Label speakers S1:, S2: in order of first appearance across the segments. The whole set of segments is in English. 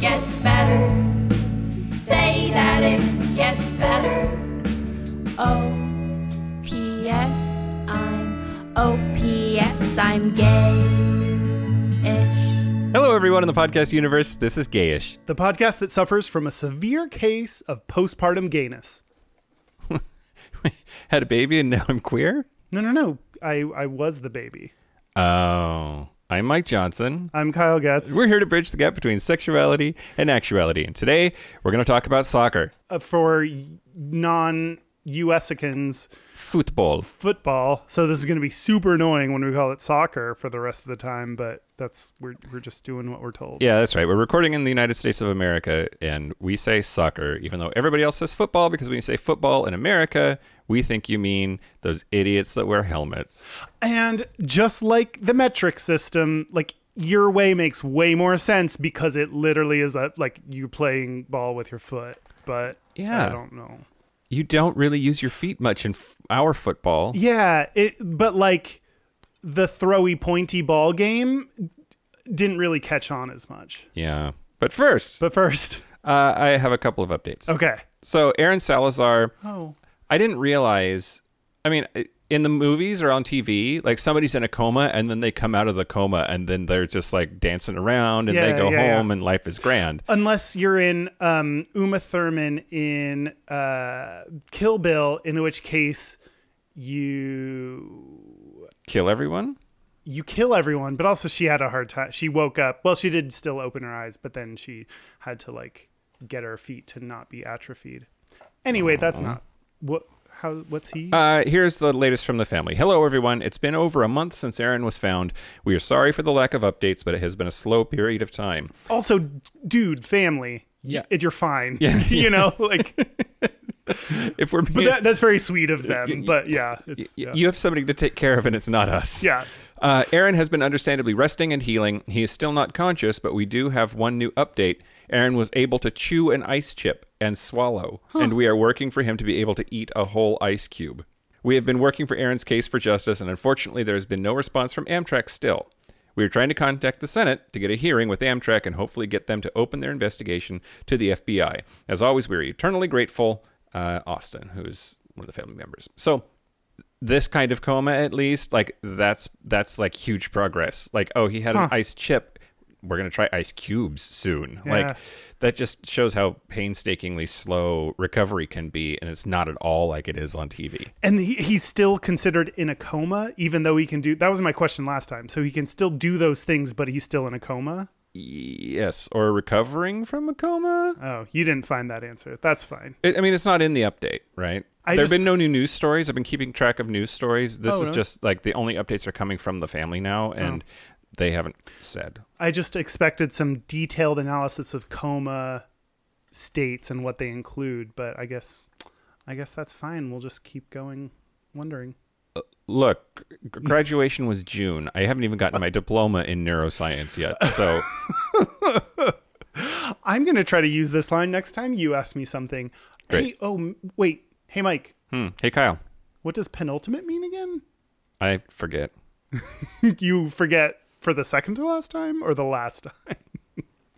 S1: gets better. Say that it gets better. OPS, I'm OPS, I'm gay-ish.
S2: Hello, everyone in the podcast universe. This is Gayish.
S3: The podcast that suffers from a severe case of postpartum gayness.
S2: Had a baby and now I'm queer.
S3: No, no, no. I, I was the baby.
S2: Oh, I'm Mike Johnson.
S3: I'm Kyle Getz.
S2: We're here to bridge the gap between sexuality and actuality. And today we're going to talk about soccer,
S3: Uh, for non USicans
S2: football.
S3: football. So this is going to be super annoying when we call it soccer for the rest of the time, but that's we're, we're just doing what we're told.
S2: Yeah, that's right. We're recording in the United States of America and we say soccer, even though everybody else says football, because when you say football in America, we think you mean those idiots that wear helmets.
S3: And just like the metric system, like your way makes way more sense because it literally is a, like you playing ball with your foot, but
S2: Yeah.
S3: I don't know.
S2: You don't really use your feet much in f- our football.
S3: Yeah, it but like the throwy pointy ball game didn't really catch on as much.
S2: Yeah. But first,
S3: But first,
S2: uh, I have a couple of updates.
S3: okay.
S2: So, Aaron Salazar.
S3: Oh.
S2: I didn't realize. I mean, in the movies or on TV, like somebody's in a coma and then they come out of the coma and then they're just like dancing around and they
S3: Yeah,
S2: go
S3: yeah,
S2: home
S3: yeah.
S2: and life is grand.
S3: Unless you're in um, Uma Thurman in uh, Kill Bill, in which case you
S2: Kill everyone.
S3: you kill everyone. But also, she had a hard time. She woke up. Well, she did still open her eyes, but then she had to like get her feet to not be atrophied. Anyway, that's not what. How? What's he?
S2: Uh, here's the latest from the family. Hello, everyone. It's been over a month since Aaron was found. We are sorry for the lack of updates, but it has been a slow period of time.
S3: also d- dude family
S2: Yeah.
S3: yeah it, you're fine
S2: Yeah.
S3: you know like
S2: If we're
S3: but
S2: being,
S3: that, that's very sweet of them but yeah
S2: y-
S3: it's
S2: y-
S3: yeah,
S2: you have somebody to take care of, and it's not us.
S3: Yeah.
S2: Uh, Aaron has been understandably resting and healing. He is still not conscious, but we do have one new update. Aaron was able to chew an ice chip and swallow, and we are working for him to be able to eat a whole ice cube. We have been working for Aaron's case for justice, and unfortunately, there has been no response from Amtrak still. We are trying to contact the Senate to get a hearing with Amtrak and hopefully get them to open their investigation to the FBI. As always, we are eternally grateful, uh, Austin, who is one of the family members. So, this kind of coma at least like that's that's like huge progress like oh he had an ice chip we're going to try ice cubes soon
S3: Yeah.
S2: like that just shows how painstakingly slow recovery can be and it's not at all like it is on tv
S3: and he, he's still considered in a coma even though he can do that was my question last time so he can still do those things but he's still in a coma
S2: yes or recovering from a coma
S3: oh you didn't find that answer that's fine
S2: It, I mean, it's not in the update, right?
S3: I
S2: there have
S3: just-
S2: been no new news stories. I've been keeping track of news stories. This
S3: Oh,
S2: is
S3: really? Oh.
S2: just like the only updates are coming from the family now, and they haven't said.
S3: i just expected some detailed analysis of coma states and what they include but i guess i guess that's fine we'll just keep going wondering
S2: Look, g- graduation was June. I haven't even gotten my diploma in neuroscience yet. So,
S3: I'm going to try to use this line next time you ask me something.
S2: Great.
S3: Hey, oh, m- wait. Hey, Mike,
S2: hmm. hey, Kyle,
S3: what does penultimate mean again?
S2: I forget.
S3: you forget for the second to last time or the last time?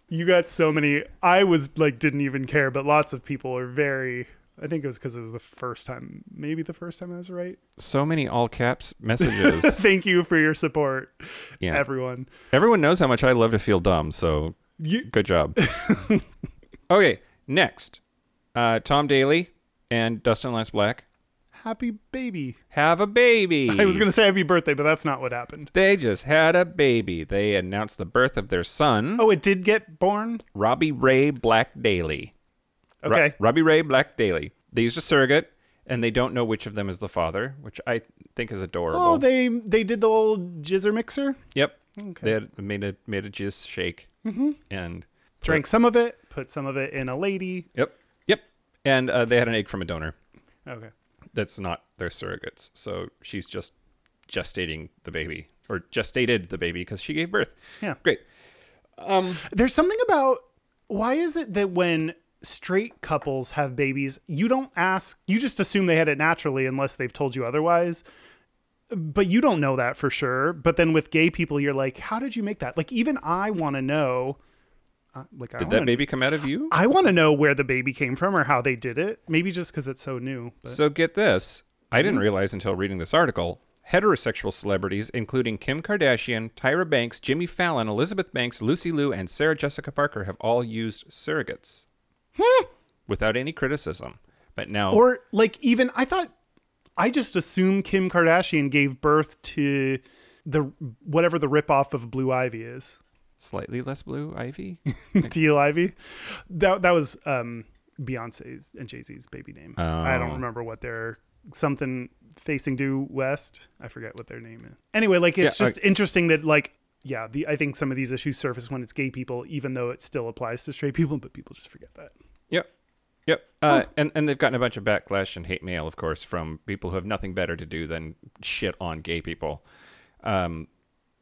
S3: you got so many. I was like, didn't even care, but lots of people are very. I think it was because it was the first time, maybe the first time I was right.
S2: So many all caps messages.
S3: Thank you for your support,
S2: yeah,
S3: everyone.
S2: everyone knows how much I love to feel dumb. So,
S3: You,
S2: good job. okay, next, uh, Tom Daly and Dustin Lance Black
S3: happy baby.
S2: have a baby.
S3: I was going to say happy birthday, but that's not what happened.
S2: They just had a baby. They announced the birth of their son,
S3: Oh, it did get born?
S2: Robbie Ray Black Daly. Ro-
S3: Okay.
S2: Robbie Ray Black Daly. They used a surrogate, and they don't know which of them is the father, which I think is adorable.
S3: Oh, they they did the old jizzer mixer?
S2: yep. They had made a made a jizz shake
S3: Mm-hmm.
S2: and
S3: drank some of it, put some of it in a lady.
S2: Yep. Yep. And uh, they had an egg from a donor
S3: Okay.
S2: that's not their surrogates. So she's just gestating the baby or gestated the baby because she gave birth.
S3: Yeah.
S2: Great.
S3: There's something about why is it that when straight couples have babies, you don't ask, you just assume they had it naturally unless they've told you otherwise. But you don't know that for sure. But then with gay people, you're like, how did you make that? Like, even I want to know. I- like I
S2: Did
S3: wanna-
S2: that baby come out of you?
S3: I want to know where the baby came from or how they did it. Maybe just because it's so new. But
S2: So get this. I didn't realize until reading this article. Heterosexual celebrities, including Kim Kardashian, Tyra Banks, Jimmy Fallon, Elizabeth Banks, Lucy Liu, and Sarah Jessica Parker, have all used surrogates without any criticism. But now,
S3: or like even I thought I just assume Kim Kardashian gave birth to the whatever the ripoff of Blue Ivy is.
S2: slightly less blue ivy.
S3: Teal Ivy. That that was um Beyonce's and Jay Z's baby name. I don't
S2: Oh.
S3: remember what their something facing due west. I forget what their name is. Anyway, like it's
S2: Yeah,
S3: just interesting that like yeah, the I think some of these issues surface when it's gay people, even though it still applies to straight people, but people just forget that.
S2: Yep. Yep. Uh, and, and they've gotten a bunch of backlash and hate mail, of course, from people who have nothing better to do than shit on gay people. Um,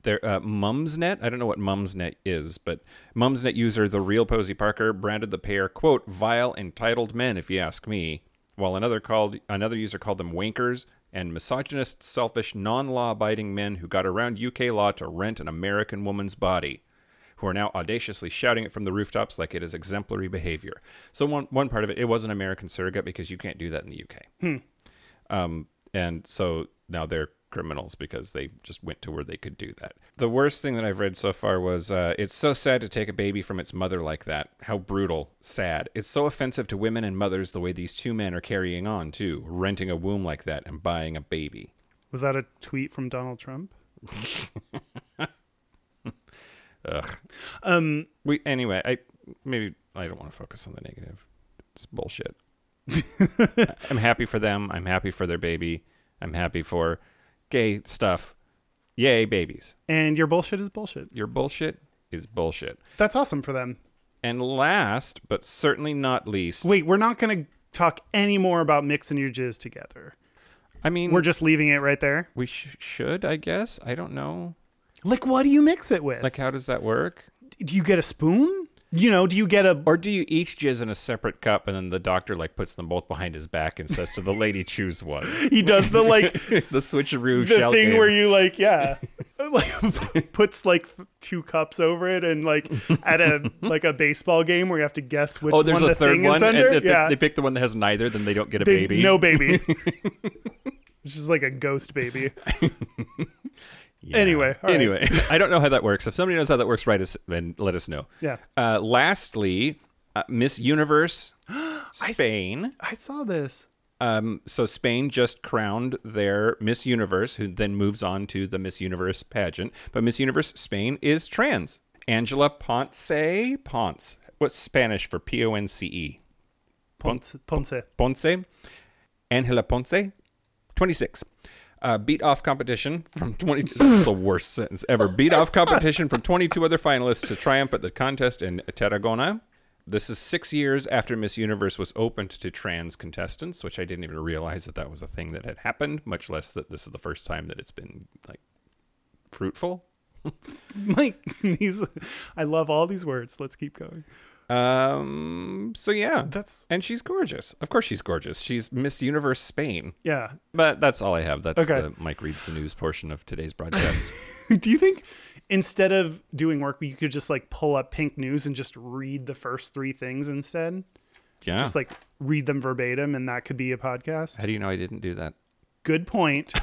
S2: their uh, Mumsnet, I don't know what Mumsnet is, but Mumsnet user The Real Posey Parker branded the pair, quote, vile entitled men, if you ask me, while another called another user called them wankers and misogynist, selfish, non-law abiding men who got around UK law to rent an American woman's body who are now audaciously shouting it from the rooftops like it is exemplary behavior. So one one part of it, it was an American surrogate because you can't do that in the UK. Um, and so now they're criminals because they just went to where they could do that. The worst thing that I've read so far was uh, it's so sad to take a baby from its mother like that. How brutal, sad. It's so offensive to women and mothers the way these two men are carrying on too, renting a womb like that and buying a baby.
S3: Was that a tweet from Donald Trump?
S2: We anyway, I maybe I don't want to focus on the negative. It's bullshit. I'm happy for them. I'm happy for their baby. I'm happy for gay stuff. Yay, babies.
S3: And your bullshit is bullshit.
S2: Your bullshit is bullshit.
S3: That's awesome for them.
S2: And last, but certainly not least,
S3: Wait, we're not going to talk any more about mixing your jizz together.
S2: I mean,
S3: We're just leaving it right there.
S2: we sh- should, I guess. I don't know.
S3: Like, what do you mix it with?
S2: Like, how does that work?
S3: do you get a spoon? You know, do you get a?
S2: Or do you each jizz in a separate cup, and then the doctor like puts them both behind his back and says to the lady, "Choose one."
S3: He does the like
S2: the switcheroo
S3: the
S2: shell
S3: thing
S2: game.
S3: where you like yeah, like puts like two cups over it and like at a like a baseball game where you have to guess which
S2: Oh, there's
S3: one
S2: a
S3: the
S2: third
S3: thing
S2: one,
S3: is under.
S2: and if they-
S3: yeah,
S2: they, pick the one that has neither, then they don't get a
S3: They-
S2: baby.
S3: no baby. It's just like a ghost baby.
S2: Yeah.
S3: Anyway, all right.
S2: anyway, I don't know how that works. If somebody knows how that works, write us and let us know.
S3: Yeah.
S2: Uh, lastly, uh, Miss Universe, Spain.
S3: I saw this.
S2: Um, so Spain just crowned their Miss Universe, who then moves on to the Miss Universe pageant. But Miss Universe Spain is trans. Angela Ponce, Ponce. What's Spanish for P O N C E?
S3: Ponce, Ponce.
S2: Ponce, Angela Ponce, 26. Uh, beat off competition from 20. that's the worst sentence ever. Beat off competition from 22 other finalists to triumph at the contest in Tarragona. This is six years after Miss Universe was opened to trans contestants, which I didn't even realize that that was a thing that had happened, much less that this is the first time that it's been like fruitful.
S3: Mike, these, I love all these words. Let's keep going.
S2: Um, so yeah,
S3: That's-
S2: and she's gorgeous. Of course, she's gorgeous. She's Miss Universe Spain.
S3: Yeah.
S2: But that's all I have. That's
S3: Okay.
S2: the Mike reads the news portion of today's broadcast.
S3: Do you think instead of doing work, you could just like pull up Pink News and just read the first three things instead?
S2: yeah.
S3: Just like read them verbatim, and that could be a podcast.
S2: How do you know I didn't do that?
S3: Good point.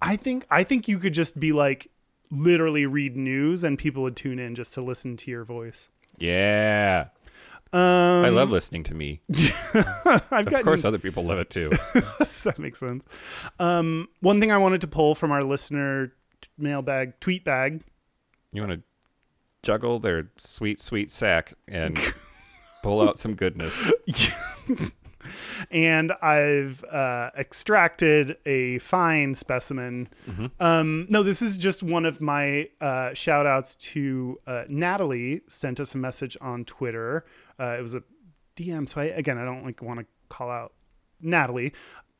S3: I think I think you could just be like literally read news, and people would tune in just to listen to your voice.
S2: Yeah. I love listening to me.
S3: I've
S2: Of
S3: Um, got
S2: course, other people love it too.
S3: that makes sense. Um, one thing I wanted to pull from our listener t- mailbag tweet bag.
S2: You want to juggle their sweet, sweet sack and pull out some goodness.
S3: and I've uh, extracted a fine specimen. Um, no, this is just one of my uh, shout outs to uh, Natalie sent us a message on Twitter. Uh, it was a DM, so I again I don't like want to call out Natalie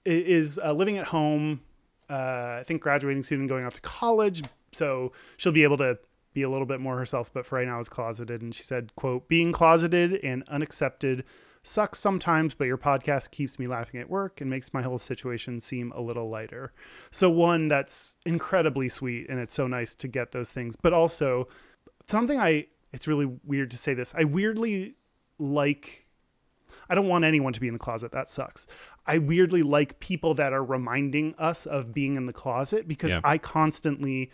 S3: i- is uh, living at home. Uh, I think graduating soon and going off to college, so she'll be able to be a little bit more herself. But for right now, is closeted, and she said, "quote Being closeted and unaccepted sucks sometimes, but your podcast keeps me laughing at work and makes my whole situation seem a little lighter." So one that's incredibly sweet, and it's so nice to get those things, but also something I it's really weird to say this. I weirdly like I don't want anyone to be in the closet. That sucks. I weirdly like people that are reminding us of being in the closet because
S2: Yeah.
S3: I constantly,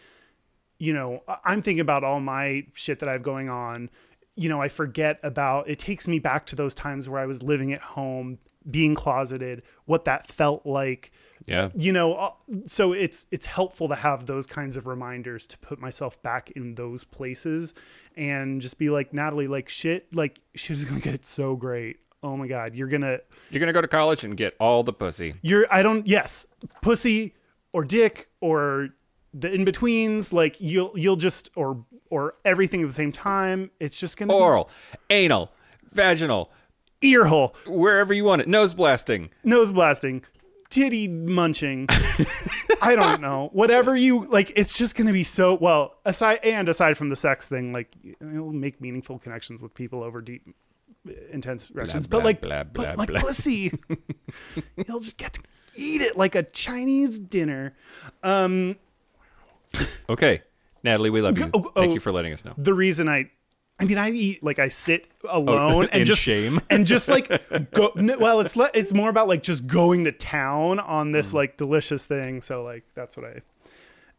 S3: you know, I- I'm thinking about all my shit that I have going on. You know, I forget about it takes me back to those times where I was living at home, being closeted, what that felt like
S2: Yeah.
S3: you know uh, so it's it's helpful to have those kinds of reminders to put myself back in those places and just be like natalie like shit like shit is gonna get so great oh my god you're gonna
S2: You're going to go to college and get all the pussy.
S3: you're i don't yes pussy or dick or the in-betweens like you'll you'll just or or everything at the same time it's just gonna
S2: Oral, anal, vaginal,
S3: be ear hole
S2: wherever you want it. Nose blasting.
S3: nose blasting, titty munching. I don't know. Whatever you like, it's just going to be so well. Aside and aside from the sex thing, like it'll make meaningful connections with people over deep, intense erections. but
S2: blah,
S3: like,
S2: blah,
S3: but
S2: blah,
S3: like
S2: blah.
S3: pussy, you'll just get to eat it like a Chinese dinner.
S2: Okay. Natalie, we love you.
S3: Oh, oh.
S2: Thank you for letting us know.
S3: the reason I, I mean, I eat like I sit alone and
S2: Oh, in
S3: just
S2: shame?
S3: and just like go. n- Well, it's le- it's more about like just going to town on
S2: Hmm.
S3: this like delicious thing. So like that's what I.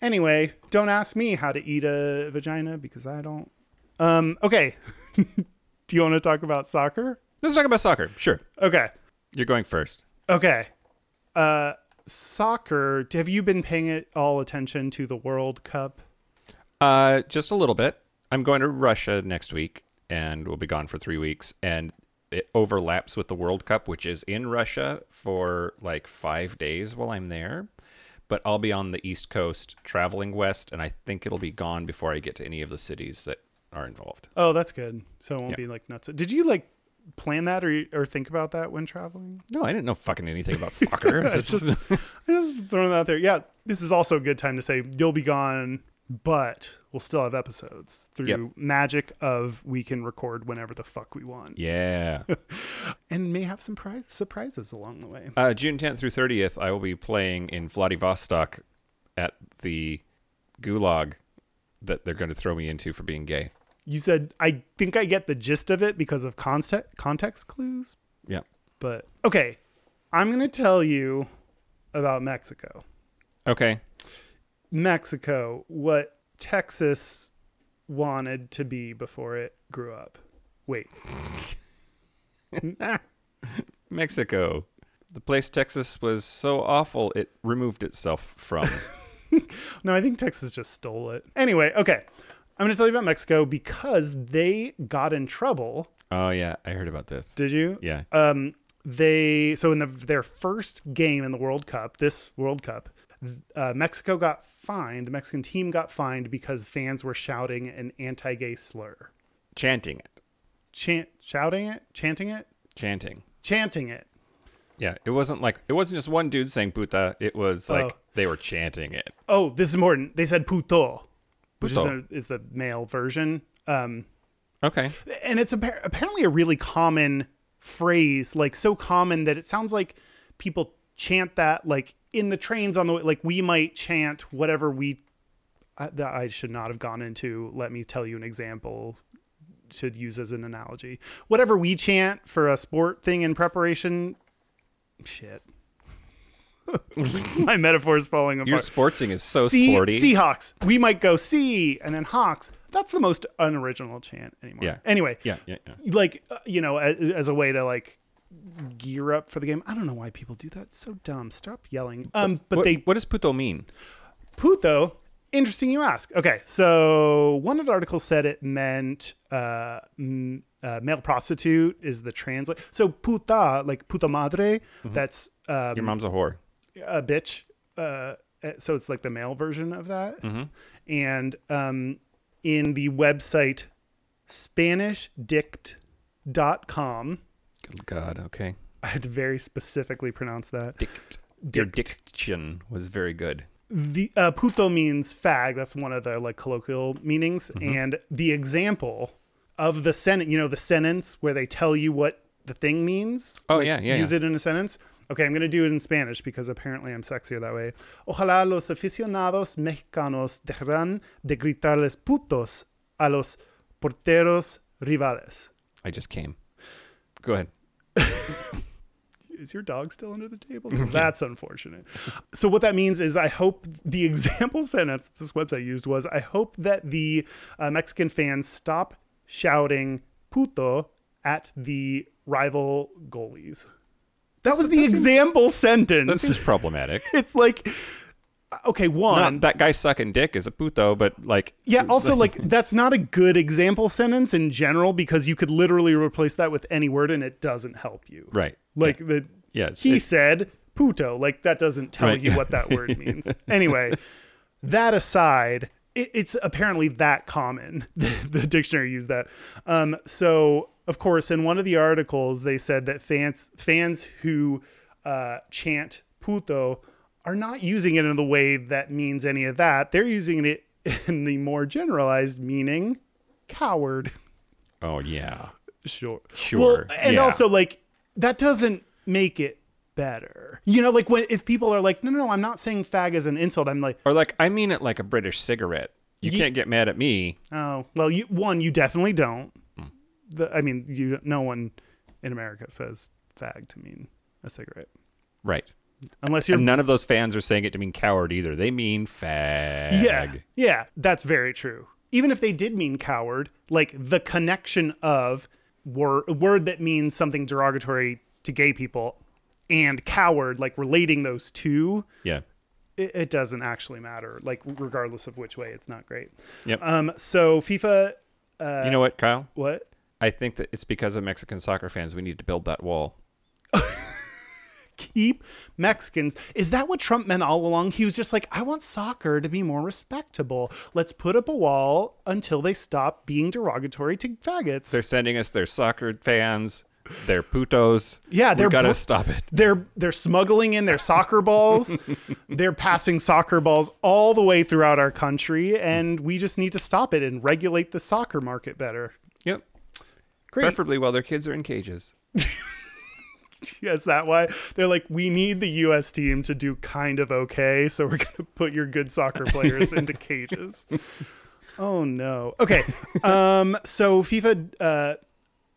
S3: Anyway, don't ask me how to eat a vagina because I don't. Um. Okay. Do you want to talk about soccer?
S2: Let's talk about soccer. Sure.
S3: Okay.
S2: You're going first.
S3: Okay. Uh, soccer. Have you been paying it all attention to the World Cup?
S2: Uh, just a little bit. I'm going to Russia next week, and we'll be gone for three weeks. And it overlaps with the World Cup, which is in Russia for like five days while I'm there. But I'll be on the East Coast, traveling west, and I think it'll be gone before I get to any of the cities that are involved.
S3: Oh, that's good. So it won't
S2: Yeah.
S3: be like nuts. Did you like plan that or or think about that when traveling?
S2: No, I didn't know fucking anything about soccer. It's just-
S3: I'm just throwing that out there. Yeah, this is also a good time to say you'll be gone, but we'll still have episodes through
S2: Yep.
S3: magic of we can record whenever the fuck we want,
S2: yeah.
S3: and may have some pri- surprises along the way.
S2: Uh, June 10th through 30th, I will be playing in Vladivostok at the gulag that they're going to throw me into for being gay.
S3: You said I think I get the gist of it because of context context clues,
S2: Yeah.
S3: but okay, I'm gonna tell you about Mexico.
S2: Okay.
S3: Mexico what Texas wanted to be before it grew up. Wait,
S2: Mexico. The place Texas was so awful, it removed itself from.
S3: no, I think Texas just stole it. Anyway, okay. I'm going to tell you about Mexico because they got in trouble.
S2: oh, yeah. I heard about this.
S3: Did you?
S2: Yeah.
S3: Um, they so in the, their first game in the World Cup, this World Cup, uh, Mexico got fined. The Mexican team got fined because fans were shouting an anti-gay slur,
S2: Chanting it.
S3: chant, shouting it, chanting it,
S2: Chanting.
S3: chanting it.
S2: Yeah. It wasn't like, it wasn't just one dude saying puta. It was like
S3: Oh.
S2: they were chanting it.
S3: Oh, this is important. They said puto, which is,
S2: Puto.
S3: a, is the male version. Um,
S2: Okay.
S3: and it's appar- apparently a really common phrase, like so common that it sounds like people chant that like in the trains on the way. Like we might chant whatever we I, that I should not have gone into. Let me tell you an example to use as an analogy. Whatever we chant for a sport thing in preparation. Shit. My metaphor is falling apart.
S2: Your sportsing is so
S3: Sea-
S2: sporty.
S3: Seahawks. We might go sea and then Hawks. That's the most unoriginal chant anymore.
S2: Yeah.
S3: Anyway.
S2: Yeah, yeah, yeah.
S3: Like uh, you know, as, as a way to like gear up for the game. I don't know why people do that. It's so dumb. Stop yelling. Um, but
S2: what,
S3: they
S2: what does puto mean?
S3: puto. Interesting you ask. Okay, so one of the articles said it meant uh, m- uh, male prostitute is the translate. So puta, like puta madre,
S2: Mm-hmm.
S3: that's um,
S2: Your mom's a whore.
S3: a bitch. Uh, so it's like the male version of that. And um, in the website SpanishDict.com,
S2: Good God. Okay.
S3: I had to very specifically pronounce that.
S2: Dict. Your diction was very good.
S3: The uh, puto means fag. That's one of the like colloquial meanings.
S2: Mm-hmm.
S3: And the example of the sentence, you know, the sentence where they tell you what the thing means.
S2: Oh, yeah, yeah,
S3: Use
S2: yeah.
S3: it in a sentence. Okay, I'm going to do it in Spanish because apparently I'm sexier that way. Ojalá los aficionados mexicanos dejarán de gritarles putos a los Porteros Rivales.
S2: I just came. Go ahead.
S3: is your dog still under the table? 'Cause that's unfortunate. So what that means is I hope the example sentence this website used was I hope that the uh, Mexican fans stop shouting puto at the rival goalies. That was the example
S2: That
S3: sentence.
S2: seems problematic.
S3: it's like uh, okay, one
S2: Not that guy sucking dick is a puto, but like
S3: yeah, also like that's not a good example sentence in general because you could literally replace that with any word and it doesn't help you.
S2: right.
S3: Like the
S2: Yeah, it's-
S3: he
S2: it's-
S3: said puto. Like that doesn't tell
S2: Right.
S3: you what that word means. Anyway, that aside, it, it's apparently that common. the dictionary used that. Um, so of course, in one of the articles, they said that fans fans who uh, chant puto are not using it in the way that means any of that. They're using it in the more generalized meaning, coward.
S2: Oh yeah.
S3: Sure.
S2: Sure.
S3: Well, and
S2: Yeah.
S3: also like that doesn't make it better. You know, like when if people are like, no, no, no, I'm not saying fag as an insult. I'm like,
S2: Or like I mean it like a British cigarette. You can't get mad at me.
S3: oh, well, you one, you definitely don't.
S2: Hmm.
S3: The, I mean, you no one in America says fag to mean a cigarette
S2: Right.
S3: unless you're
S2: And none of those fans are saying it to mean coward either. They mean fag.
S3: yeah yeah. That's very true. Even if they did mean coward, like the connection of word word that means something derogatory to gay people and coward, like relating those two,
S2: Yeah.
S3: it, it doesn't actually matter. Like regardless of which way, it's not great.
S2: Yep.
S3: Um. So FIFA,
S2: you know what, Kyle?
S3: what?
S2: I think that it's because of Mexican soccer fans we need to build that wall.
S3: Keep Mexicans. Is that what Trump meant all along? He was just like, I want soccer to be more respectable. Let's put up a wall until they stop being derogatory to faggots.
S2: They're sending us their soccer fans, their putos.
S3: Yeah,
S2: we
S3: they're
S2: gotta
S3: bro-
S2: stop it.
S3: they're they're smuggling in their soccer balls. they're passing soccer balls all the way throughout our country, and we just need to stop it and regulate the soccer market better.
S2: Yep.
S3: Great.
S2: Preferably while their kids are in cages.
S3: Is that why they're like, we need the U.S. team to do kind of okay, so we're gonna put your good soccer players into cages. Oh no. Okay. Um. So FIFA uh,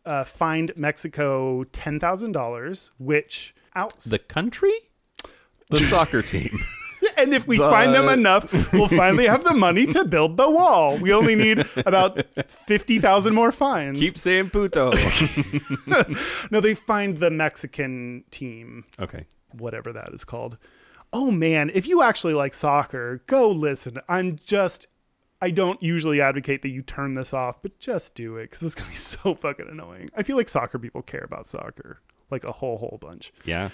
S3: uh fined Mexico ten thousand dollars, which out
S2: The country? The soccer team.
S3: and if we find them
S2: The-
S3: enough, we'll finally have the money to build the wall. We only need about fifty thousand more fines.
S2: Keep saying puto.
S3: no, they fined the Mexican team
S2: okay.
S3: whatever that is called. Oh man, if you actually like soccer, go listen. I'm just I don't usually advocate that you turn this off, but just do it cuz it's going to be so fucking annoying. I feel like soccer people care about soccer like a whole whole bunch.
S2: Yeah.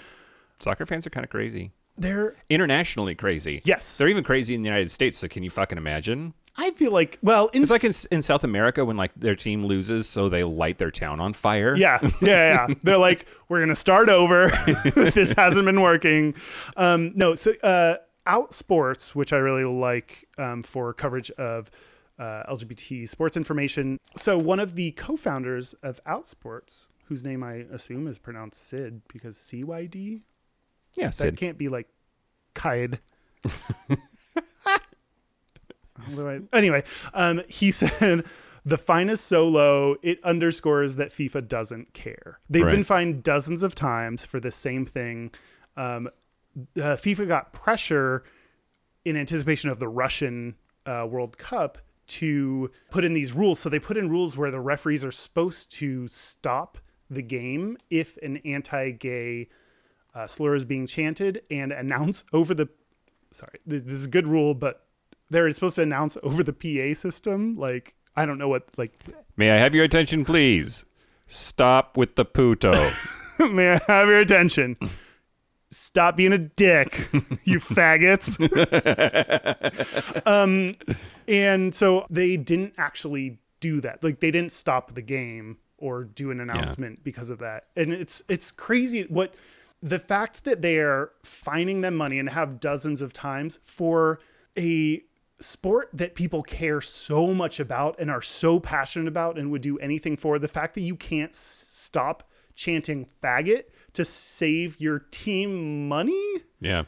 S2: Soccer fans are kind of crazy.
S3: They're
S2: Internationally crazy.
S3: Yes.
S2: They're even crazy in the United States, so can you fucking imagine?
S3: I feel like well, in
S2: It's like in, in South America when like their team loses, so they light their town on fire.
S3: Yeah, yeah, yeah. They're like, we're gonna start over. this hasn't been working. Um, no, so uh, Outsports, which I really like um, for coverage of uh, LGBT sports information. So one of the co-founders of Outsports, whose name I assume is pronounced Sid because CYD,
S2: Yeah,
S3: that
S2: Sid.
S3: can't be like Kaid. Although I- anyway, um, he said the fine is so low it underscores that FIFA doesn't care. They've
S2: Right.
S3: been fined dozens of times for the same thing. Um, uh, FIFA got pressure in anticipation of the Russian uh, World Cup to put in these rules. So they put in rules where the referees are supposed to stop the game if an anti-gay uh, slur is being chanted and announce over the sorry th- this is a good rule but they're supposed to announce over the pa system like i don't know what like
S2: May I have your attention, please? Stop with the puto.
S3: may i have your attention stop being a dick you faggots um and so they didn't actually do that like they didn't stop the game or do an announcement because of that and it's it's crazy what the fact that they are fining them money and have dozens of times for a sport that people care so much about and are so passionate about and would do anything for the fact that you can't s- stop chanting faggot to save your team money
S2: yeah.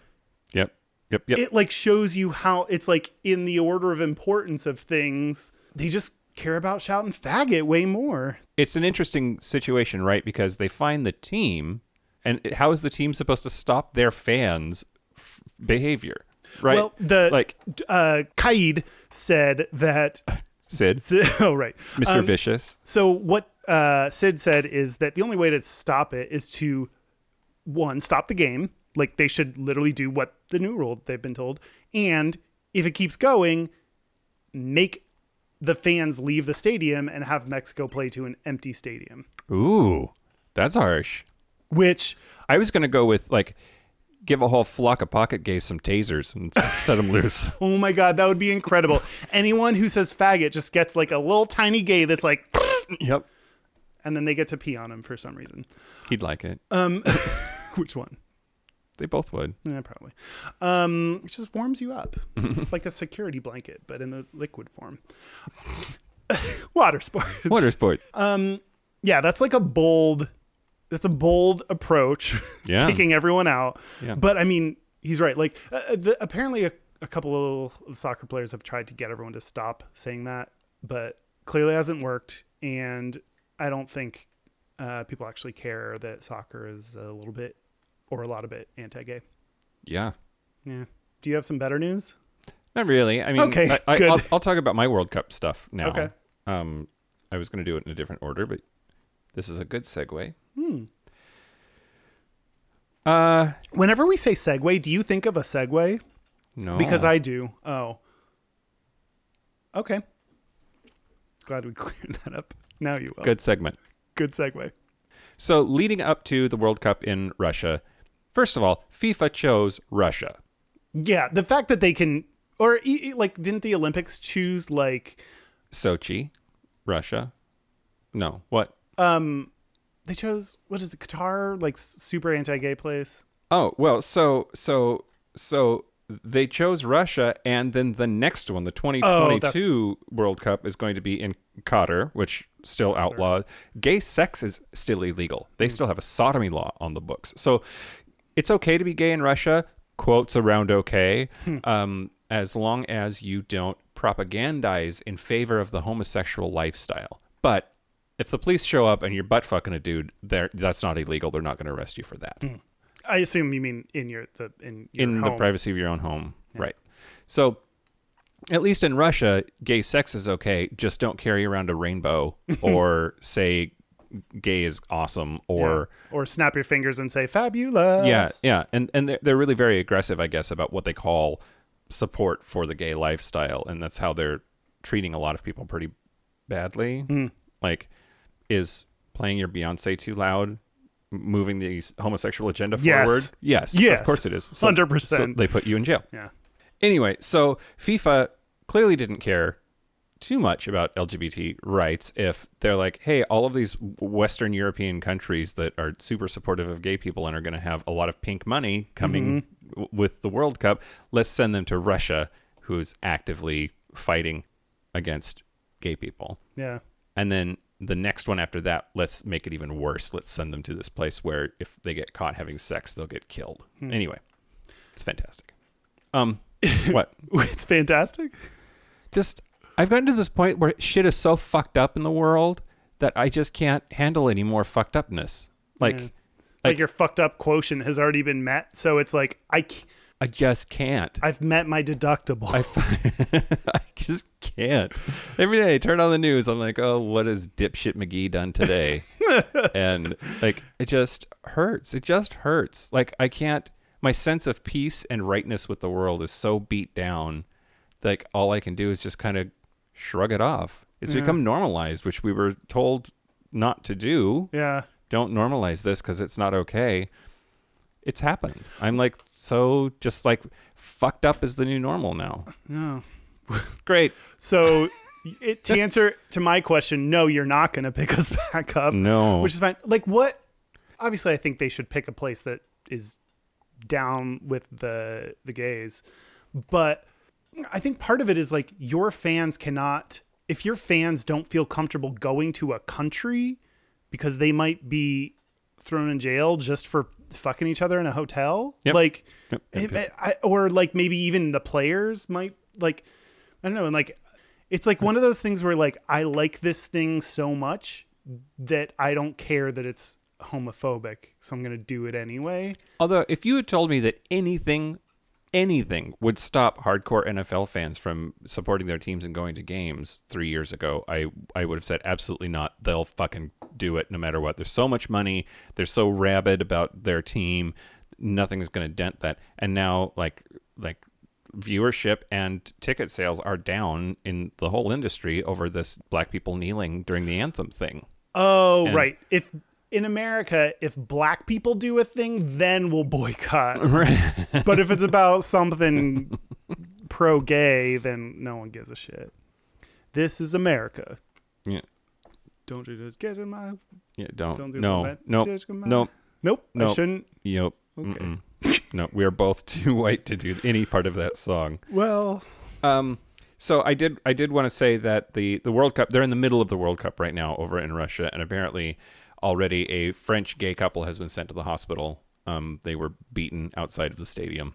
S2: Yep. Yep. Yep.
S3: it like shows you how it's like in the order of importance of things they just care about shouting faggot way more.
S2: It's an interesting situation, right? Because they find the team, and it- how is the team supposed to stop their fans' f- behavior? Right?
S3: Well, the
S2: like
S3: uh, Kaid said that.
S2: Sid,
S3: oh, right,
S2: Mr.
S3: Um,
S2: Vicious.
S3: So what uh, Sid said is that the only way to stop it is to one stop the game. Like they should literally do what the new rule they've been told, and if it keeps going, make the fans leave the stadium and have Mexico play to an empty stadium.
S2: Ooh, that's harsh.
S3: Which
S2: I was gonna go with like give a whole flock of pocket gays some tasers and set them loose.
S3: oh my god, that would be incredible. Anyone who says faggot just gets like a little tiny gay that's like,
S2: yep,
S3: and then they get to pee on him for some reason.
S2: he'd like it.
S3: Uh, Which one?
S2: they both would.
S3: Yeah, probably. Um, it just warms you up. it's like a security blanket, but in the liquid form. Water sports.
S2: Water sport.
S3: Yeah, that's like a bold. That's a bold approach.
S2: Yeah.
S3: kicking everyone out.
S2: Yeah.
S3: But I mean, he's right. Like, uh, the, apparently, a, a couple of soccer players have tried to get everyone to stop saying that, but clearly hasn't worked. And I don't think uh, people actually care that soccer is a little bit or a lot of bit anti-gay.
S2: yeah.
S3: Yeah. Do you have some better news?
S2: Not really. I mean,
S3: Okay,
S2: I, I,
S3: good.
S2: I'll, I'll talk about my World Cup stuff now.
S3: Okay.
S2: Um, I was going to do it in a different order, but this is a good segue. Hmm. Uh,
S3: Whenever we say segue, do you think of a segue?
S2: no.
S3: Because I do. Oh. Okay. Glad we cleared that up. Now you will.
S2: good segment.
S3: Good segue.
S2: So, leading up to the World Cup in Russia, first of all, FIFA chose Russia.
S3: Yeah, the fact that they can, or e- e- like, didn't the Olympics choose like
S2: Sochi, Russia. No, what?
S3: um, they chose what is it, Qatar, like s- super anti-gay place?
S2: Oh well, so so so they chose Russia, and then the next one, the 2022 World Cup, is going to be in Qatar, which still outlawed. Gay sex is still illegal. They still have a sodomy law on the books, so it's okay to be gay in Russia. Quotes around okay, um, as long as you don't propagandize in favor of the homosexual lifestyle. But if the police show up and you're butt fucking a dude, they're- that's not illegal. They're not going to arrest you for that
S3: I assume you mean in your the in your
S2: in the
S3: home.
S2: privacy of your own home. Right. So, at least in Russia, gay sex is okay. Just don't carry around a rainbow or say gay is awesome or
S3: or snap your fingers and say fabulous.
S2: yeah, yeah, and and they're, they're really very aggressive, I guess, about what they call support for the gay lifestyle, and that's how they're treating a lot of people pretty badly.
S3: Hmm.
S2: Like, is playing your Beyonce too loud? m- Moving the s- homosexual agenda
S3: Yes.
S2: forward? Yes.
S3: Yes.
S2: Of course it is.
S3: 100%.
S2: so they put you in jail.
S3: yeah.
S2: Anyway, so FIFA clearly didn't care too much about LGBT rights if they're like, hey, all of these Western European countries that are super supportive of gay people and are going to have a lot of pink money coming w- with the World Cup, let's send them to Russia, who's actively fighting against gay people.
S3: Yeah.
S2: And then the next one after that, let's make it even worse. Let's send them to this place where if they get caught having sex, they'll get killed. Anyway, it's fantastic. Um, what?
S3: It's fantastic.
S2: Just I've gotten to this point where shit is so fucked up in the world that I just can't handle any more fucked upness. Like
S3: Yeah. It's like, your fucked up quotient has already been met, so it's like I c-
S2: I just can't.
S3: I've met my deductible.
S2: I, f- I just can't. Every day I turn on the news, I'm like, oh, what has dipshit McGee done today? and like, it just hurts. It just hurts. Like, I can't, my sense of peace and rightness with the world is so beat down. Like, all I can do is just kind of shrug it off. It's become normalized, which we were told not to do.
S3: yeah.
S2: Don't normalize this because it's not okay. It's happened. I'm like, so just like fucked up is the new normal now.
S3: No.
S2: Great.
S3: So it, to answer to my question, no, you're not going to pick us back up.
S2: No.
S3: Which is fine. Like what? Obviously, I think they should pick a place that is down with the the gays, but I think part of it is like your fans cannot. If your fans don't feel comfortable going to a country because they might be thrown in jail just for fucking each other in a hotel,
S2: Yep.
S3: like it- I, or like maybe even the players might like I don't know, and like It's like one of those things where like I like this thing so much that I don't care that it's homophobic, so I'm gonna do it anyway.
S2: Although, if you had told me that anything, anything would stop hardcore NFL fans from supporting their teams and going to games three years ago, I, I would have said absolutely not. They'll fucking do it no matter what. There's so much money. They're so rabid about their team. Nothing is going to dent that. And now, like, like viewership and ticket sales are down in the whole industry over this black people kneeling during the anthem thing.
S3: Oh right. If in America, if black people do a thing, then we'll boycott. but if it's about something pro gay, then no one gives a shit. This is America.
S2: yeah.
S3: Don't you just get in my
S2: Yeah, don't.
S3: Don't do
S2: no.
S3: that.
S2: Nope.
S3: Just come on.
S2: Nope.
S3: Nope, I
S2: Nope.
S3: shouldn't.
S2: Yep. Okay. no, we are both too white to do any part of that song.
S3: Well,
S2: Um, so I did I did want to say that the the World Cup they're in the middle of the World Cup right now over in Russia, and apparently already a French gay couple has been sent to the hospital. Um, they were beaten outside of the stadium,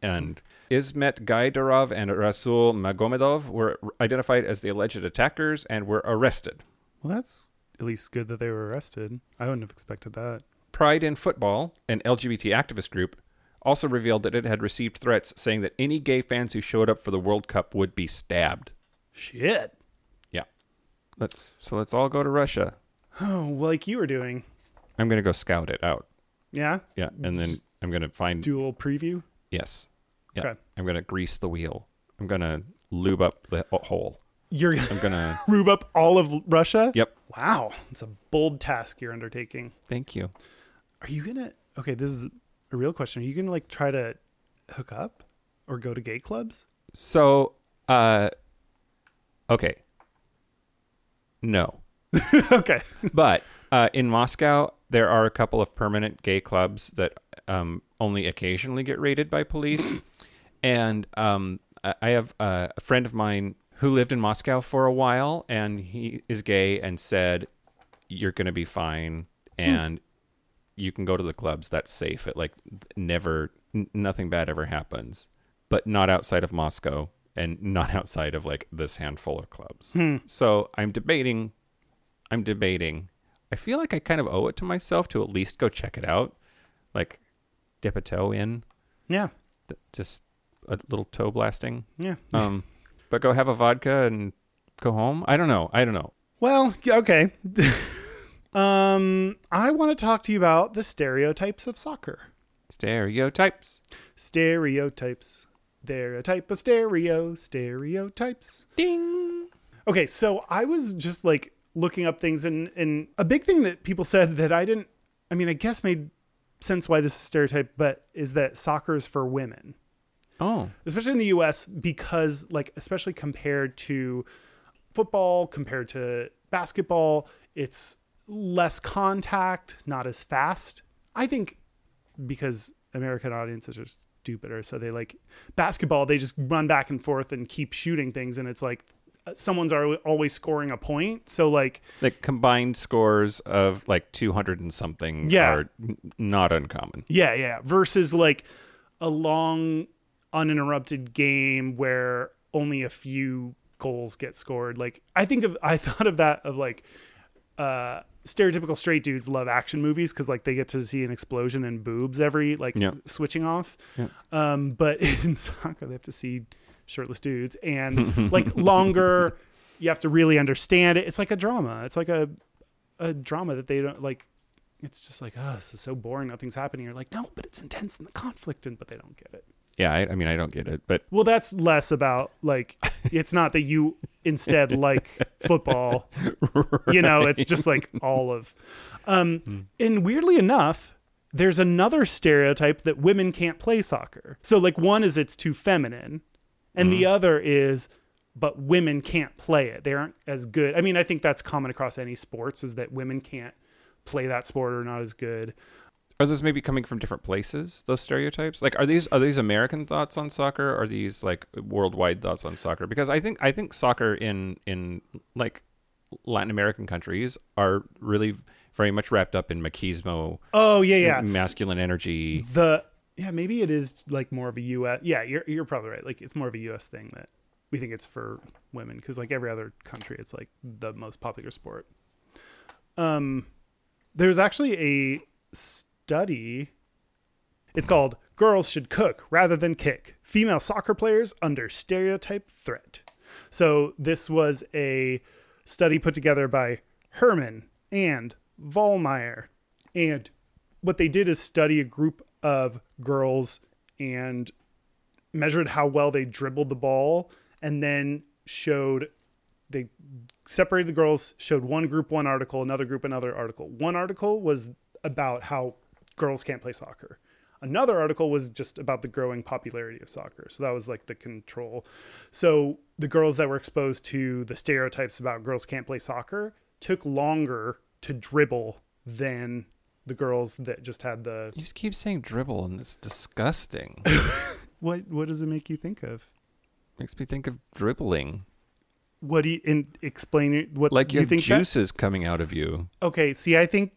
S2: and Ismet Gaidarov and Rasul Magomedov were identified as the alleged attackers and were arrested.
S3: well, that's at least good that they were arrested. I wouldn't have expected that.
S2: Pride in Football, an LGBT activist group, also revealed that it had received threats saying that any gay fans who showed up for the World Cup would be stabbed.
S3: Shit.
S2: Yeah. Let's so let's all go to Russia.
S3: Oh, like you were doing.
S2: I'm gonna go scout it out.
S3: Yeah.
S2: Yeah, and then I'm gonna find
S3: Do a little preview.
S2: yes. Yeah,
S3: Okay.
S2: I'm gonna grease the wheel. I'm gonna lube up the h- hole.
S3: You're gonna
S2: I'm gonna.
S3: rube up all of Russia.
S2: yep.
S3: Wow, it's a bold task you're undertaking.
S2: Thank you.
S3: Are you gonna? Okay, this is a real question. Are you gonna like try to hook up or go to gay clubs?
S2: So, uh, okay. No.
S3: okay.
S2: but uh, in Moscow, there are a couple of permanent gay clubs that um, only occasionally get raided by police. and um, I I have uh, a friend of mine who lived in Moscow for a while, and he is gay and said, You're going to be fine. And you can go to the clubs. That's safe. It like never, n- nothing bad ever happens, but not outside of Moscow and not outside of like this handful of clubs. So I'm debating I'm debating. I feel like I kind of owe it to myself to at least go check it out, like dip a toe in,
S3: Yeah.
S2: th- just a little toe blasting.
S3: Yeah.
S2: Um, but go have a vodka and go home. I don't know. I don't know.
S3: Well, yeah, okay. um, I want to talk to you about the stereotypes of soccer.
S2: Stereotypes.
S3: Stereotypes. They're a type of stereo. Stereotypes.
S2: Ding.
S3: Okay, so I was just like looking up things, and and a big thing that people said that I didn't. I mean, I guess made sense why this is a stereotype, but is that soccer is for women,
S2: Oh,
S3: especially in the U.S. Because like, especially compared to football, compared to basketball, it's less contact, not as fast. I think because American audiences are stupider, so they like basketball. They just run back and forth and keep shooting things, and it's like uh, someone's al- always scoring a point. So like,
S2: like combined scores of like two hundred and something
S3: Yeah.
S2: are n- not uncommon.
S3: yeah, yeah. Versus like a long, uninterrupted game where only a few goals get scored. Like I think of, I thought of that of like. uh stereotypical straight dudes love action movies because like they get to see an explosion and boobs every like
S2: Yeah.
S3: switching off um but in soccer they have to see shirtless dudes and like longer you have to really understand it it's like a drama it's like a a drama that they don't like it's just like oh this is so boring nothing's happening you're like no but it's intense in the conflict and but they don't get it
S2: Yeah, I, I mean, I don't get it, but
S3: well that's less about like it's not that you instead like football you know it's just like all of um and weirdly enough there's another stereotype that women can't play soccer so like one is it's too feminine and the other is but women can't play it they aren't as good i mean i think that's common across any sports is that women can't play that sport or not as good
S2: are those maybe coming from different places those stereotypes like are these are these american thoughts on soccer are these like worldwide thoughts on soccer because i think i think soccer in in like latin american countries are really very much wrapped up in machismo
S3: oh yeah yeah
S2: Mm-hmm. masculine energy
S3: the yeah maybe it is like more of a us yeah you're, you're probably right like it's more of a us thing that we think it's for women because like every other country, it's like the most popular sport. Um, there's actually a study. It's called "Girls Should Cook Rather Than Kick: Female Soccer Players Under Stereotype Threat." So this was a study put together by Herman and Vollmeyer, and what they did is study a group of girls and measured how well they dribbled the ball and then showed they separated the girls showed one group one article another group another article one article was about how girls can't play soccer another article was just about the growing popularity of soccer so that was like the control so the girls that were exposed to the stereotypes about girls can't play soccer took longer to dribble than the girls that just had the
S2: You just keep saying dribble, and it's disgusting.
S3: what what does it make you think of
S2: Makes me think of dribbling,
S3: what do you and explain it- what
S2: like
S3: you
S2: you have
S3: think that-
S2: juices coming out of you.
S3: okay see i think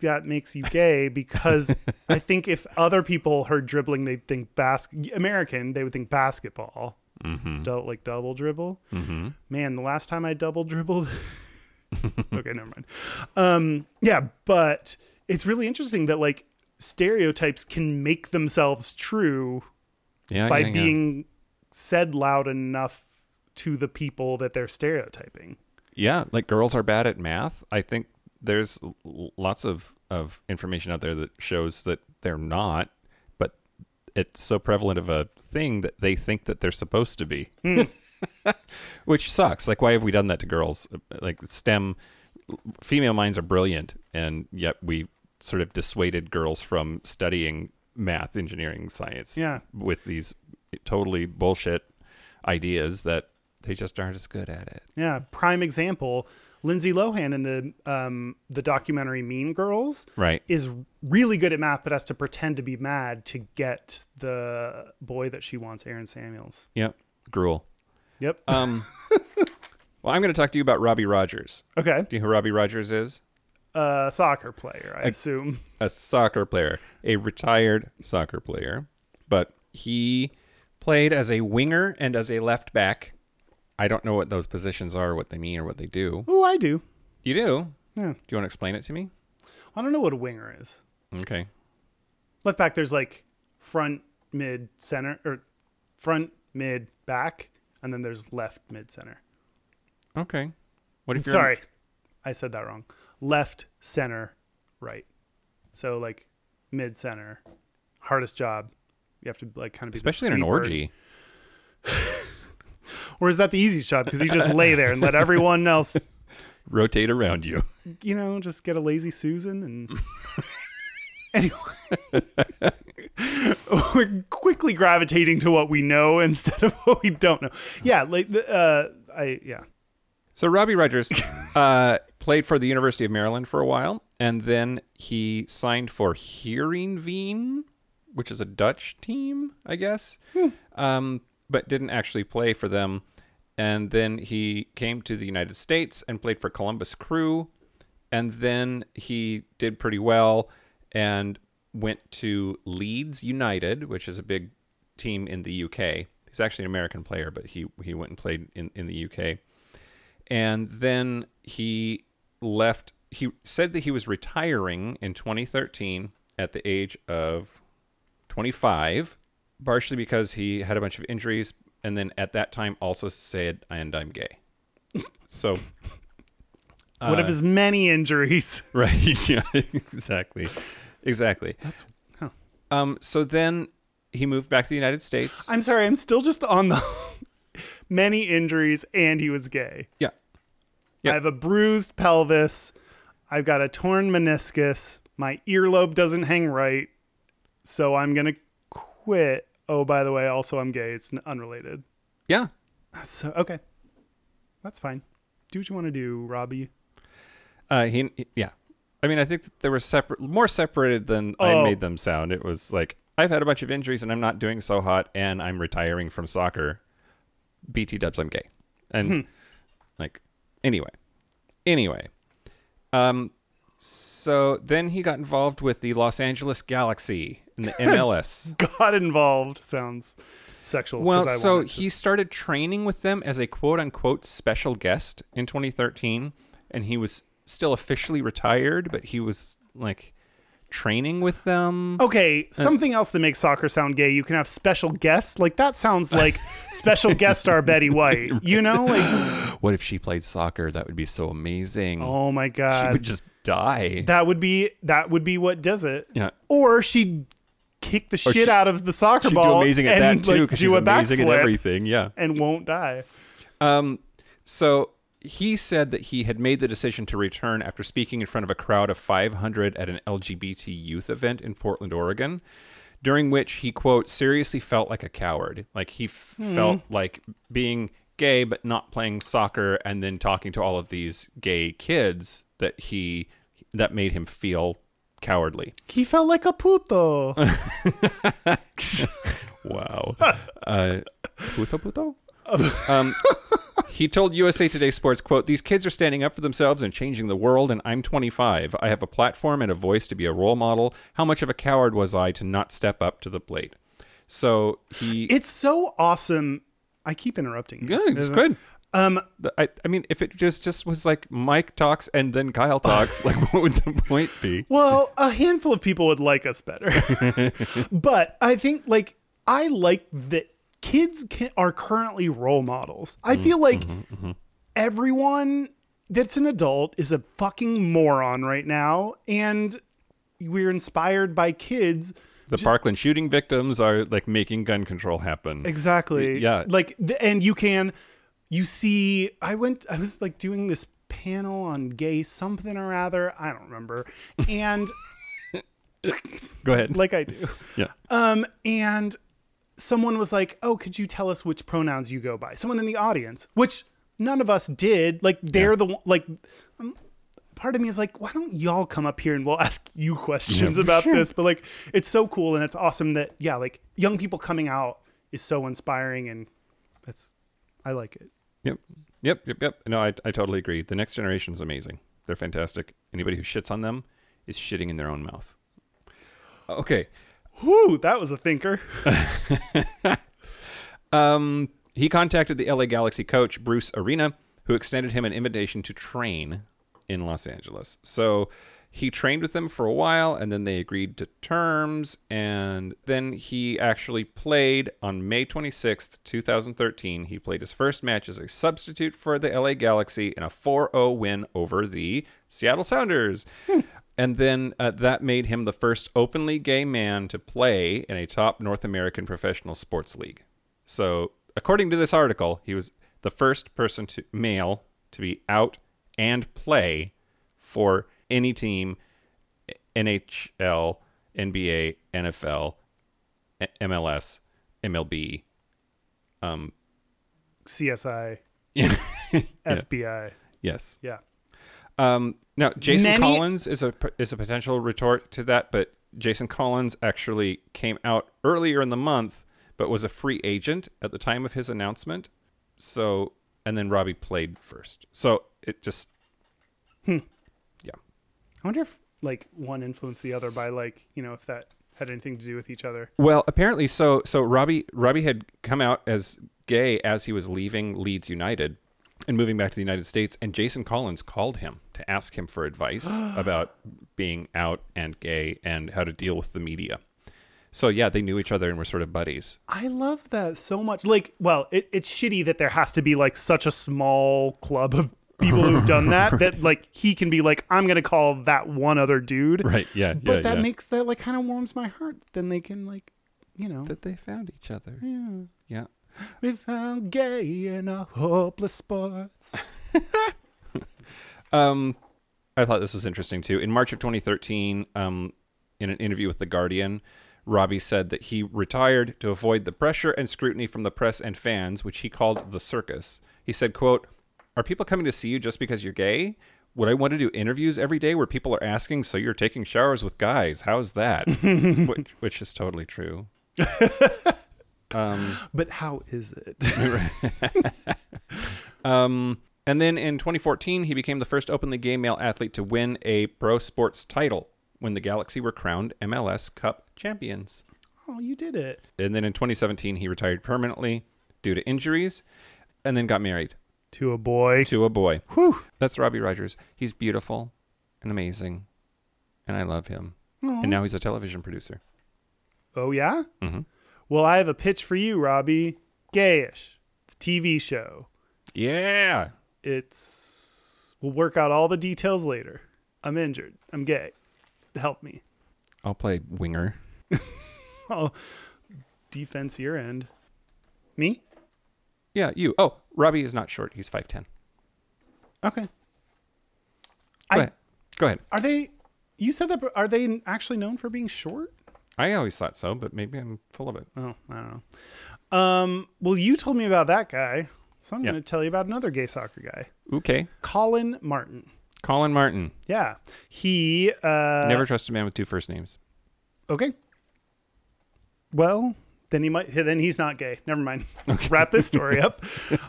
S3: that makes you gay because i think if other people heard dribbling they'd think bas- american they would think basketball
S2: Mm-hmm.
S3: Dou- like double dribble man the last time i double dribbled okay never mind um yeah but it's really interesting that like stereotypes can make themselves true
S2: Yeah,
S3: by
S2: yeah, yeah.
S3: being said loud enough to the people that they're stereotyping
S2: Yeah, like girls are bad at math. I think there's l- lots of of information out there that shows that they're not, but it's so prevalent of a thing that they think that they're supposed to be. Which sucks. Like why have we done that to girls? Like STEM female minds are brilliant and yet we sort of dissuaded girls from studying math, engineering, science
S3: Yeah.
S2: with these totally bullshit ideas that they just aren't as good at it.
S3: Yeah, prime example. Lindsay Lohan in the um, the documentary Mean Girls
S2: Right.
S3: is really good at math, but has to pretend to be mad to get the boy that she wants, Aaron Samuels.
S2: Yep. Gruel.
S3: Yep.
S2: Um, well, I'm going to talk to you about Robbie Rogers.
S3: okay.
S2: Do you know who Robbie Rogers is?
S3: Uh, soccer player, I assume.
S2: A soccer player, a retired soccer player, but he played as a winger and as a left back. I don't know what those positions are, what they mean, or what they do.
S3: Oh, I do.
S2: You do?
S3: Yeah.
S2: Do you want to explain it to me?
S3: I don't know what a winger is.
S2: Okay.
S3: Left back, there's like front, mid, center, or front, mid, back, and then there's left, mid, center.
S2: Okay. What if you're
S3: Sorry, I said that wrong. Left, center, right. So like mid center, hardest job. You have to like kind of be the
S2: especially in an
S3: free bird.
S2: orgy?
S3: Or is that the easy job? Because you just lay there and let everyone else,
S2: Rotate around you.
S3: you know, just get a lazy Susan and. anyway, we're quickly gravitating to what we know instead of what we don't know. Yeah, like the uh, I yeah.
S2: So Robbie Rogers uh, played for the University of Maryland for a while, and then he signed for Hearing Veen, which is a Dutch team, I guess, um, but didn't actually play for them. And then he came to the United States and played for Columbus Crew, and then he did pretty well and went to Leeds United, which is a big team in the UK. He's actually an American player, but he he went and played in, in the UK and then he left he said that he was retiring in 2013 at the age of 25 partially because he had a bunch of injuries and then at that time also said and i'm gay so Uh,
S3: One of his many injuries.
S2: right yeah exactly exactly
S3: That's huh.
S2: um so then he moved back to the united states
S3: I'm sorry, I'm still just on the many injuries and he was gay.
S2: yeah Yeah.
S3: I have a bruised pelvis. I've got a torn meniscus. My earlobe doesn't hang right. So I'm going to quit. Oh, by the way, also I'm gay. It's n- unrelated.
S2: yeah
S3: So okay. That's fine. Do what you want to do, Robbie.
S2: Uh, he, he- yeah. I mean, I think that they were separate, more separated than I
S3: Oh.
S2: made them sound. It was like I've had a bunch of injuries and I'm not doing so hot, and I'm retiring from soccer. BT dubs, I'm gay, and like anyway, anyway. Um, so then he got involved with the Los Angeles Galaxy in the MLS.
S3: Got involved sounds sexual. 'cause
S2: Well,
S3: I
S2: so
S3: wanted to
S2: he started training with them as a quote unquote special guest in 2013, and he was still officially retired, but he was like training with them.
S3: Okay, something else that makes soccer sound gay. You can have special guests. Like that sounds like special guest star Betty White. You know, like
S2: What if she played soccer? That would be so amazing.
S3: oh my
S2: she
S3: god,
S2: would just die.
S3: that would be that would be what does it.
S2: Yeah.
S3: Or she'd kick the shit
S2: she-
S3: out of the soccer
S2: She'd do
S3: ball
S2: amazing at
S3: and
S2: that too,
S3: like,
S2: because
S3: do
S2: she's
S3: a
S2: amazing at
S3: backflip
S2: everything. Yeah.
S3: and won't die.
S2: So he said that he had made the decision to return after speaking in front of a crowd of 500 at an LGBT youth event in Portland, Oregon, during which he, quote, seriously felt like a coward. Like he f- felt like being gay but not playing soccer and then talking to all of these gay kids that he that made him feel cowardly.
S3: He felt like a puto.
S2: Wow. uh, puto puto?
S3: Oh.
S2: um, he told USA Today Sports, quote, These kids are standing up for themselves and changing the world, and I'm 25. I have a platform and a voice to be a role model. How much of a coward was I to not step up to the plate? So he.
S3: it's so awesome. I keep interrupting. you.
S2: yeah, it's
S3: Isn't it?
S2: good.
S3: Um,
S2: The- I, I mean, if it just, just was like Mike talks and then Kyle talks, like what would the point be?
S3: Well, a handful of people would like us better. but I think like I like that kids can, are currently role models. I feel like everyone that's an adult is a fucking moron right now and we're inspired by kids
S2: The Parkland shooting victims are like making gun control happen.
S3: Exactly.
S2: yeah.
S3: Like, th- and you can, you see, I went, I was like doing this panel on gay something or other. I don't remember. And
S2: Go ahead.
S3: like I do.
S2: Yeah.
S3: Um, and someone was like, "Oh, could you tell us which pronouns you go by?" Someone in the audience, which none of us did. Like they're the the like. um, Part of me is like, why don't y'all come up here and we'll ask you questions about this? But like, it's so cool and it's awesome that yeah, like young people coming out is so inspiring and that's I like it.
S2: Yep. Yep. Yep. Yep. No, I, I totally agree. The next generation is amazing. They're fantastic. Anybody who shits on them is shitting in their own mouth. Okay.
S3: Whoo, that was a thinker.
S2: Um, he contacted the LA Galaxy coach, Bruce Arena, who extended him an invitation to train in Los Angeles. So he trained with them for a while and then they agreed to terms. And then he actually played on May 26th, 2013. He played his first match as a substitute for the LA Galaxy in a 4 0 win over the Seattle Sounders. And then uh, that made him the first openly gay man to play in a top North American professional sports league. So, according to this article, he was the first person to male to be out and play for any team eh, NHL, NBA, NFL, A- MLS, MLB.
S3: CSI,
S2: Yeah.
S3: FBI,
S2: yes.
S3: yeah.
S2: Um, now, Jason
S3: Many-
S2: Collins is a is a potential retort to that, but Jason Collins actually came out earlier in the month, but was a free agent at the time of his announcement. So, and then Robbie played first. So it just, yeah,
S3: I wonder if like one influenced the other by like you know if that had anything to do with each other.
S2: Well, apparently, so so Robbie Robbie had come out as gay as he was leaving Leeds United and moving back to the United States, and Jason Collins called him to ask him for advice about being out and gay and how to deal with the media. So yeah, they knew each other and were sort of buddies.
S3: I love that so much. Like, well, it, it's shitty that there has to be like such a small club of people who've done that. That like he can be like, I'm gonna call that one other dude.
S2: Right, yeah,
S3: But
S2: yeah,
S3: that
S2: yeah.
S3: makes that like kind of warms my heart. Then they can like, you know,
S2: That they found each other.
S3: yeah.
S2: Yeah.
S3: we found gay in a hopeless sports.
S2: Um, I thought this was interesting too. In March of 2013, um, in an interview with The Guardian, Robbie said that he retired to avoid the pressure and scrutiny from the press and fans, which he called the circus. He said, "quote Are people coming to see you just because you're gay? Would I want to do interviews every day where people are asking, so you're taking showers with guys? How's that?" which, which is totally true.
S3: But how is it?
S2: Um, and then in 2014, he became the first openly gay male athlete to win a pro sports title when the Galaxy were crowned MLS Cup champions.
S3: oh, you did it.
S2: And then in 2017, he retired permanently due to injuries and then got married
S3: To a boy.
S2: to a boy.
S3: Whew.
S2: That's Robbie Rogers. He's beautiful and amazing, and I love him. And now he's a television producer.
S3: Oh, yeah?
S2: Mhm.
S3: Well, I have a pitch for you, Robbie. Gayish, the TV show.
S2: Yeah.
S3: It's. We'll work out all the details later. I'm injured. I'm gay. Help me.
S2: I'll play winger.
S3: I'll defense your end. Me?
S2: Yeah, you. Oh, Robbie is not short. He's 5'10. Go
S3: Okay.
S2: ahead. Go ahead.
S3: Are they? You said that. but Are they actually known for being short?
S2: I always thought so, but maybe I'm full of it.
S3: Oh, I don't know. Um, well, you told me about that guy, so I'm
S2: Yeah.
S3: going to tell you about another gay soccer guy,
S2: Okay.
S3: Colin Martin.
S2: Colin Martin.
S3: Yeah, he. Uh,
S2: Never trust a man with two first names.
S3: Okay. Well, then he might. Then he's not gay. Never mind. Let's wrap this story up.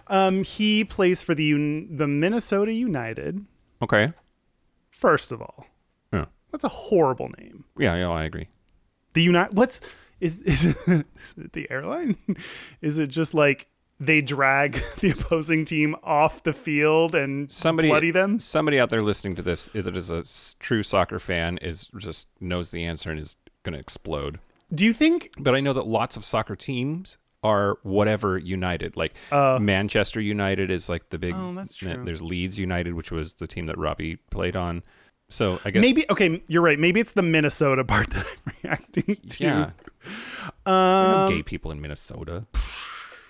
S3: Um, he plays for the Un- the Minnesota United.
S2: Okay.
S3: First of all,
S2: Yeah.
S3: that's a horrible name.
S2: Yeah, yeah, I agree.
S3: The United. What's is is it the airline? Is it just like they drag the opposing team off the field and
S2: Somebody
S3: bloody them?
S2: Somebody out there listening to this that is a s- true soccer fan is just knows the answer and is going to explode.
S3: Do you think?
S2: But I know that lots of soccer teams are whatever United. Like Manchester United is like the big.
S3: Uh. Oh, that's true.
S2: There's Leeds United, which was the team that Robbie played on. So I guess
S3: Maybe okay, you're right. Maybe it's the Minnesota part that I'm reacting to.
S2: yeah. There are no
S3: Um,
S2: gay people in Minnesota.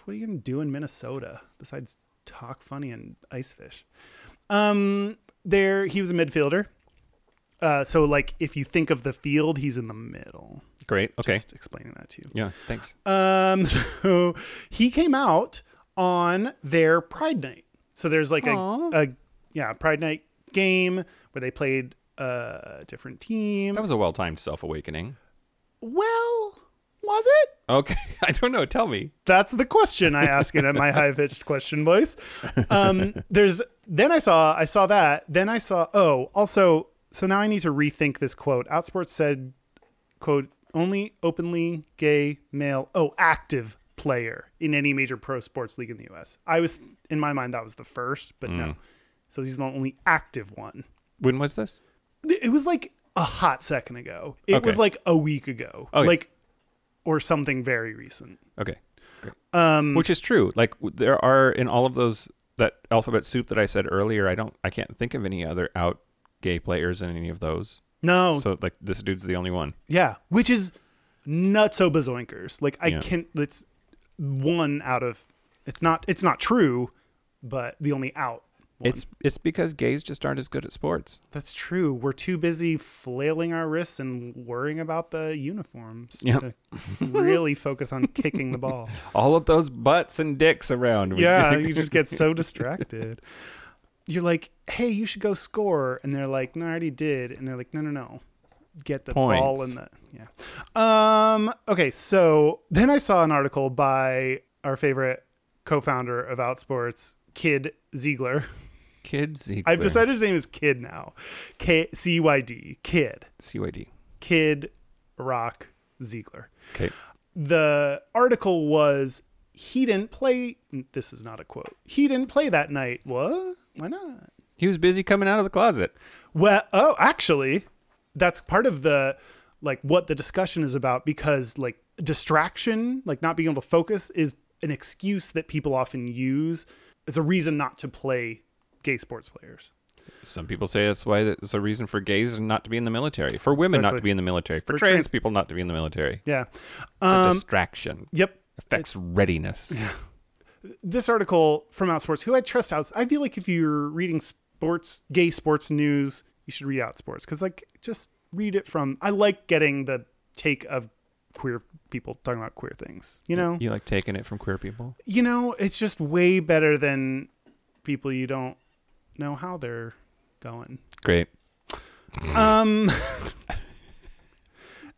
S3: What are you gonna do in Minnesota besides talk funny and ice fish? Um, there he was a midfielder. Uh, so like if you think of the field, he's in the middle.
S2: Great. Okay.
S3: Just explaining that to you.
S2: yeah. Thanks.
S3: Um, so he came out on their Pride Night. So there's like a, a yeah Pride Night game where they played a different team.
S2: That was a well-timed self-awakening.
S3: well, was it?
S2: Okay. I don't know. Tell me.
S3: That's the question I ask it at my high pitched question voice. Um, there's then I saw I saw that then I saw oh also so now I need to rethink this quote. Outsports said quote only openly gay male oh active player in any major pro sports league in the U.S. I was in my mind that was the first, but no. So he's the only active one.
S2: When was this?
S3: Th- It was like a hot second ago. It
S2: Okay.
S3: was like a week ago,
S2: Okay.
S3: like or something very recent.
S2: Okay. Great.
S3: Um,
S2: Which is true. Like w- there are in all of those that alphabet soup that I said earlier. I don't. I can't think of any other out gay players in any of those.
S3: No,
S2: So like this dude's the only one.
S3: Yeah, which is nuts so bazoinkers. Like I
S2: Yeah.
S3: can't. It's one out of. It's not. It's not true, but the only out. One.
S2: It's it's because gays just aren't as good at sports.
S3: That's true. We're too busy flailing our wrists and worrying about the uniforms
S2: Yep.
S3: to really focus on kicking the ball.
S2: All of those butts and dicks around.
S3: Yeah, you just get so distracted. You're like, "Hey, you should go score," and they're like, "No, I already did," and they're like, "No, no, no, get the ball
S2: Points.
S3: in the yeah." Um. Okay, so then I saw an article by our favorite co-founder of Outsports, Kid Ziegler.
S2: kids.
S3: I've decided his name is Kid now, K C Y D Kid
S2: CYD.
S3: Kid Rock Ziegler
S2: Okay.
S3: the article was he didn't play this is not a quote he didn't play that night what why not
S2: He was busy coming out of the closet.
S3: well oh actually that's part of the like what the discussion is about because like distraction like not being able to focus is an excuse that people often use as a reason not to play gay sports players
S2: Some people say that's why it's a reason for gays not to be in the military, for women not
S3: Exactly.
S2: to be in the military, for,
S3: For
S2: trans,
S3: trans-
S2: people not to be in the military.
S3: yeah
S2: It's a distraction.
S3: yep
S2: Affects readiness.
S3: this article from Outsports, who I trust out. I feel like if you're reading sports, gay sports news, you should read Outsports because like just read it from. I like getting the take of queer people talking about queer things. You know,
S2: You like taking it from queer people?
S3: you know, it's just way better than people you don't know how they're going.
S2: Great.
S3: Um,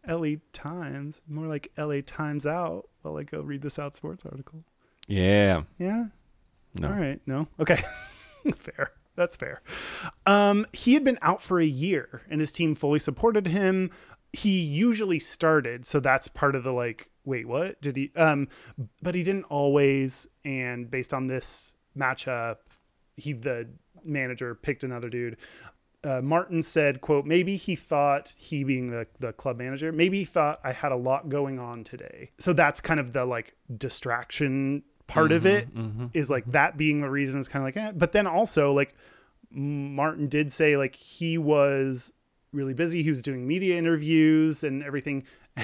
S3: LA Times, more like LA Times out. While I go read this Outsports article.
S2: Yeah.
S3: Yeah.
S2: No.
S3: All right. No. Okay. fair. That's fair. Um, he had been out for a year, and his team fully supported him. he usually started, so that's part of the like, wait, what did he? Um, but he didn't always, and based on this matchup, he the manager picked another dude. Uh, Martin said, "quote Maybe he thought he being the the club manager, maybe he thought I had a lot going on today. So that's kind of the like distraction part of it is like that being the reason is kind of like, eh. but then also like Martin did say like he was really busy. He was doing media interviews and everything.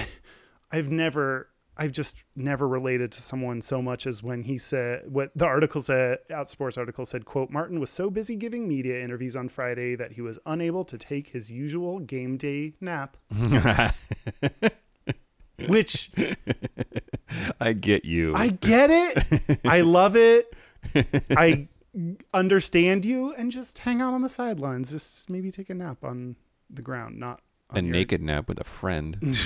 S3: I've never I've just never related to someone so much as when he said what the article said outsports article said quote Martin was so busy giving media interviews on Friday that he was unable to take his usual game day nap which
S2: I get you.
S3: I get it I love it I understand you and just hang out on the sidelines just maybe take a nap on the ground not on
S2: a
S3: your-
S2: naked nap with a friend.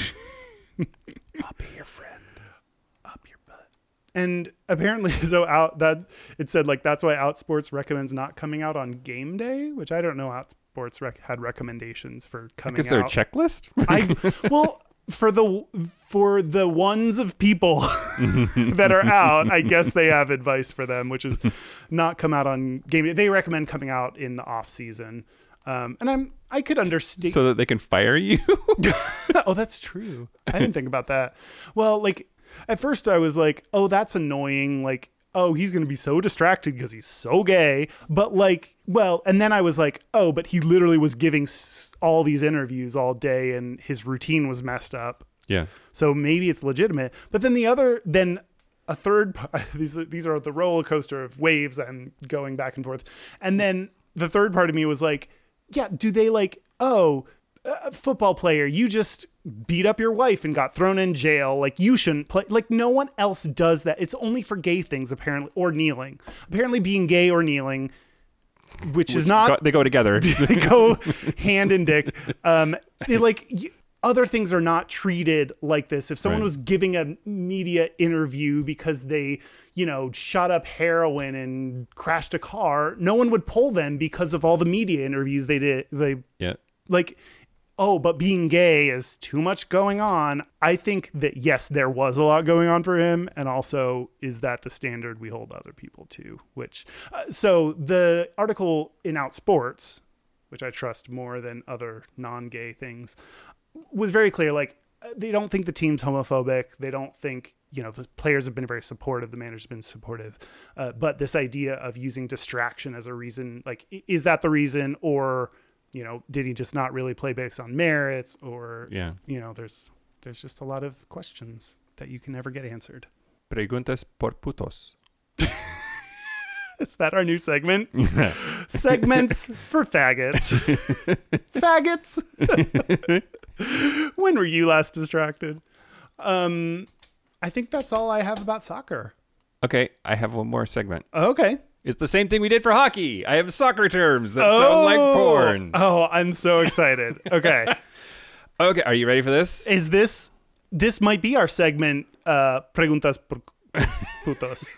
S3: and apparently so out that it said like that's why outsports recommends not coming out on game day which i don't know outsports rec- had recommendations for coming
S2: Is there a
S3: out
S2: checklist?
S3: i well for the for the ones of people that are out i guess they have advice for them which is not come out on game day they recommend coming out in the off season um, and i'm i could understand
S2: so that they can fire you?
S3: oh, that's true. I didn't think about that. Well, like at first I was like, oh, that's annoying. Like, oh, he's gonna be so distracted because he's so gay. But like, well, and then I was like, oh, but he literally was giving s- all these interviews all day, and his routine was messed up.
S2: yeah.
S3: So maybe it's legitimate. But then the other, then a third, p- these are- these are the roller coaster of waves and going back and forth. And then the third part of me was like, yeah, do they like, oh, uh, football player, you just beat up your wife and got thrown in jail. Like you shouldn't play. Like no one else does that. It's only for gay things apparently, or kneeling. Apparently, being gay or kneeling. Which, is not
S2: Go- they go together.
S3: they go hand and dick. Um, they like y- other things are not treated like this. If someone
S2: Right.
S3: was giving a media interview because they, you know, shot up heroin and crashed a car, no one would pull them because of all the media interviews they did. They
S2: yeah.
S3: like, oh, but being gay is too much going on. I think that yes, there was a lot going on for him, and also is that the standard we hold other people to? Which, uh, so the article in Outsports, which I trust more than other non-gay things, was very clear. Like uh, they don't think the team's homophobic. They don't think you know the players have been very supportive. The manager's been supportive. Uh, but this idea of using distraction as a reason, like, i- is that the reason, or you know, did he just not really play based on merits, or
S2: Yeah.
S3: you know, there's there's just a lot of questions that you can never get answered.
S2: Preguntas por putos.
S3: Is that our new segment? Segments for faggots. faggots. when were you last distracted? Um, I think that's all I have about soccer.
S2: Okay, I have one more segment.
S3: Okay.
S2: It's the same thing we did for hockey. I have soccer terms that sound like porn.
S3: Oh, I'm so excited. Okay.
S2: Okay, are you ready for this?
S3: Is this this might be our segment uh preguntas por putos.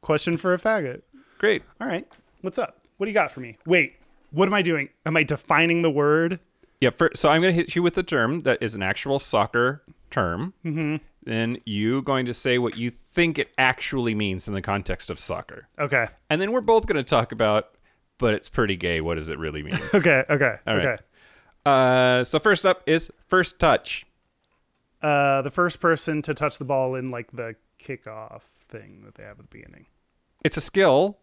S3: Question for a faggot.
S2: Great.
S3: All right. What's up? What do you got for me? Wait. What am I doing? Am I defining the word?
S2: Yeah, fir- so I'm going to hit you with a term that is an actual soccer term. Mm-hmm. Then you going to say what you think it actually means in the context of soccer.
S3: Okay.
S2: And then we're both going to talk about, but it's pretty gay. What does it really mean?
S3: Okay, okay.
S2: right.
S3: okay.
S2: uh, so first up is first touch.
S3: uh, the first person to touch the ball in like the kickoff thing that they have at the beginning.
S2: It's a skill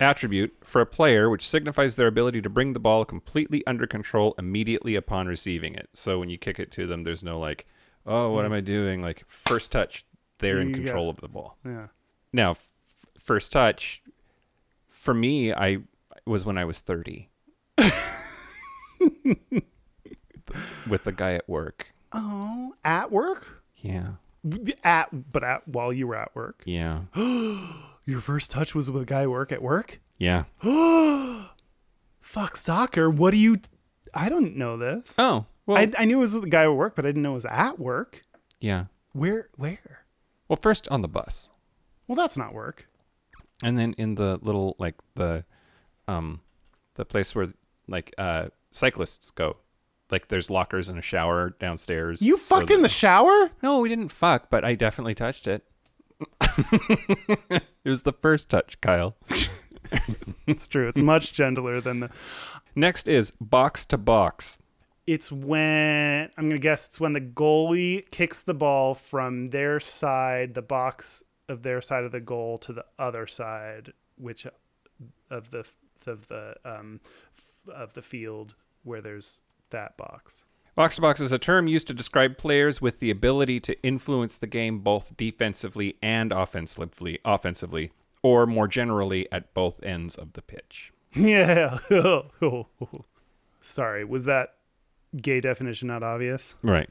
S2: attribute for a player which signifies their ability to bring the ball completely under control immediately upon receiving it. So when you kick it to them, there's no like, oh, what am I doing? Like, first touch, they're in
S3: You got-
S2: control of the ball.
S3: Yeah.
S2: Now, f- first touch, for me, I was when I was 30 with a guy at work.
S3: Oh, at work?
S2: Yeah.
S3: At but at while you were at work.
S2: Yeah.
S3: Your first touch was with a guy at work at work?
S2: Yeah.
S3: Fuck soccer. What do you I don't know this.
S2: Oh, well,
S3: I, I knew it was with a guy at work, but I didn't know it was at work.
S2: yeah.
S3: Where where?
S2: Well, first on the bus.
S3: Well, that's not work.
S2: and then in the little like the um the place where like uh cyclists go Like there's lockers and a shower downstairs.
S3: You
S2: so
S3: fucked
S2: that-
S3: in the shower?
S2: No, we didn't fuck, but I definitely touched it. it was the first touch, Kyle.
S3: It's true. It's much gentler than the.
S2: Next is box to box.
S3: It's when I'm gonna guess it's when the goalie kicks the ball from their side, the box of their side of the goal to the other side, which of the of the um of the field where there's that box.
S2: Box to box is a term used to describe players with the ability to influence the game both defensively and offensively, offensively, or more generally at both ends of the pitch.
S3: Yeah. Sorry, was that gay definition not obvious?
S2: Right.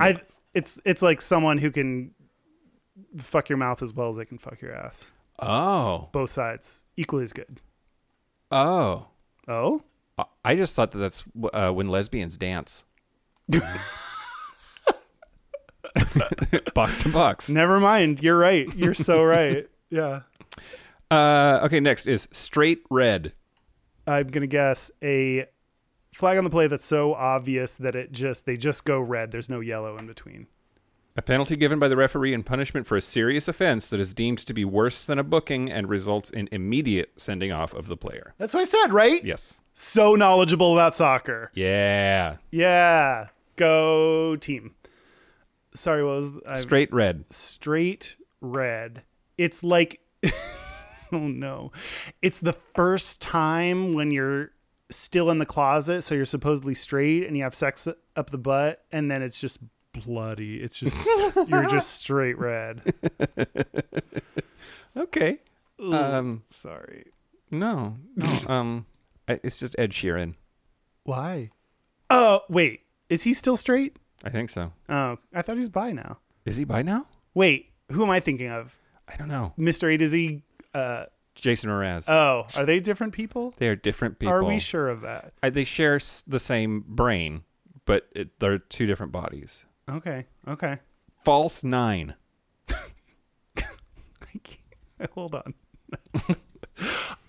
S3: I it's it's like someone who can fuck your mouth as well as they can fuck your ass.
S2: oh.
S3: Both sides equally as good.
S2: Oh.
S3: Oh,
S2: I- I just thought that that's uh, when lesbians dance. box to box.
S3: never mind. You're right. You're so right. Yeah.
S2: Uh, okay, next is straight red.
S3: I'm gonna guess a flag on the play that's so obvious that it just they just go red. There's no yellow in between.
S2: A penalty given by the referee in punishment for a serious offense that is deemed to be worse than a booking and results in immediate sending off of the player.
S3: That's what I said, right?
S2: Yes.
S3: So knowledgeable about soccer.
S2: Yeah.
S3: Yeah. Go team. Sorry, what was I
S2: Straight red.
S3: straight red. It's like, oh no, it's the first time when you're still in the closet, so you're supposedly straight and you have sex up the butt, and then it's just bloody. It's just, you're just straight red.
S2: Okay. Um,
S3: Sorry.
S2: no. no um, I, it's just Ed Sheeran.
S3: Why? Oh, wait. Is he still straight?
S2: I think so.
S3: Oh, I thought he was bi now.
S2: Is he by now?
S3: Wait, who am I thinking of?
S2: I don't know.
S3: Mr. A to Z. Uh,
S2: Jason Mraz.
S3: oh, are they different people?
S2: they are different people.
S3: Are we sure of that?
S2: I, they share s- the same brain, but it, they're two different bodies.
S3: Okay. Okay.
S2: False nine.
S3: I can't- Hold on.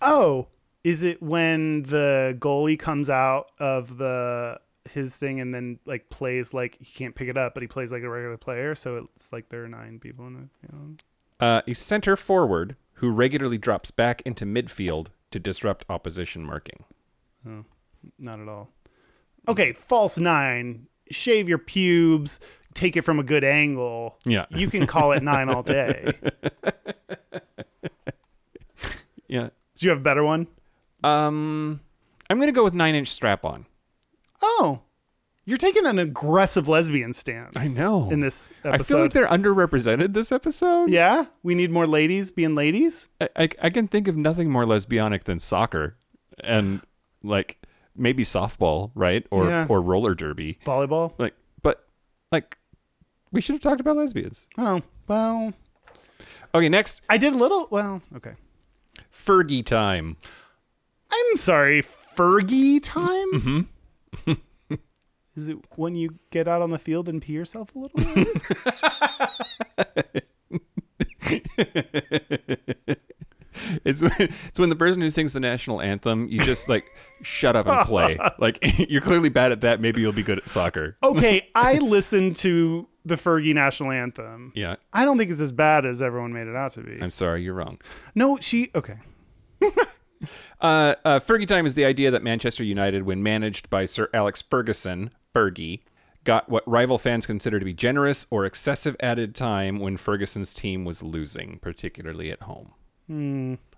S3: oh, is it when the goalie comes out of the his thing and then like plays like he can't pick it up, but he plays like a regular player, so it's like there are nine people in the field.
S2: Uh, a center forward who regularly drops back into midfield to disrupt opposition marking.
S3: Not at all. Okay, false nine. Shave your pubes. Take it from a good angle.
S2: Yeah.
S3: you can call it nine all day.
S2: Yeah.
S3: Do you have a better one?
S2: Um, I'm going to go with nine inch strap on.
S3: Oh, you're taking an aggressive lesbian stance.
S2: I know.
S3: In this episode,
S2: I feel like they're underrepresented this episode.
S3: Yeah, we need more ladies being ladies.
S2: I, I, I can think of nothing more lesbianic than soccer and like maybe softball, right? Or,
S3: Yeah.
S2: or roller derby.
S3: Volleyball.
S2: Like, but like, we should have talked about lesbians.
S3: Oh well,
S2: Okay, next
S3: I did a little. Well, okay.
S2: Fergie time.
S3: I'm sorry, Fergie time. Is it when you get out on the field and pee yourself a little? bit?
S2: It's when, it's when the person who sings the national anthem, you just like shut up and play. Like you're clearly bad at that. Maybe you'll be good at soccer.
S3: okay, I listened to the Fergie national anthem.
S2: Yeah,
S3: I don't think it's as bad as everyone made it out to be.
S2: I'm sorry, you're wrong.
S3: No, she. Okay.
S2: Uh, uh, Fergie time is the idea that Manchester United, when managed by Sir Alex Ferguson, Fergie, got what rival fans consider to be generous or excessive added time when Ferguson's team was losing, particularly at home.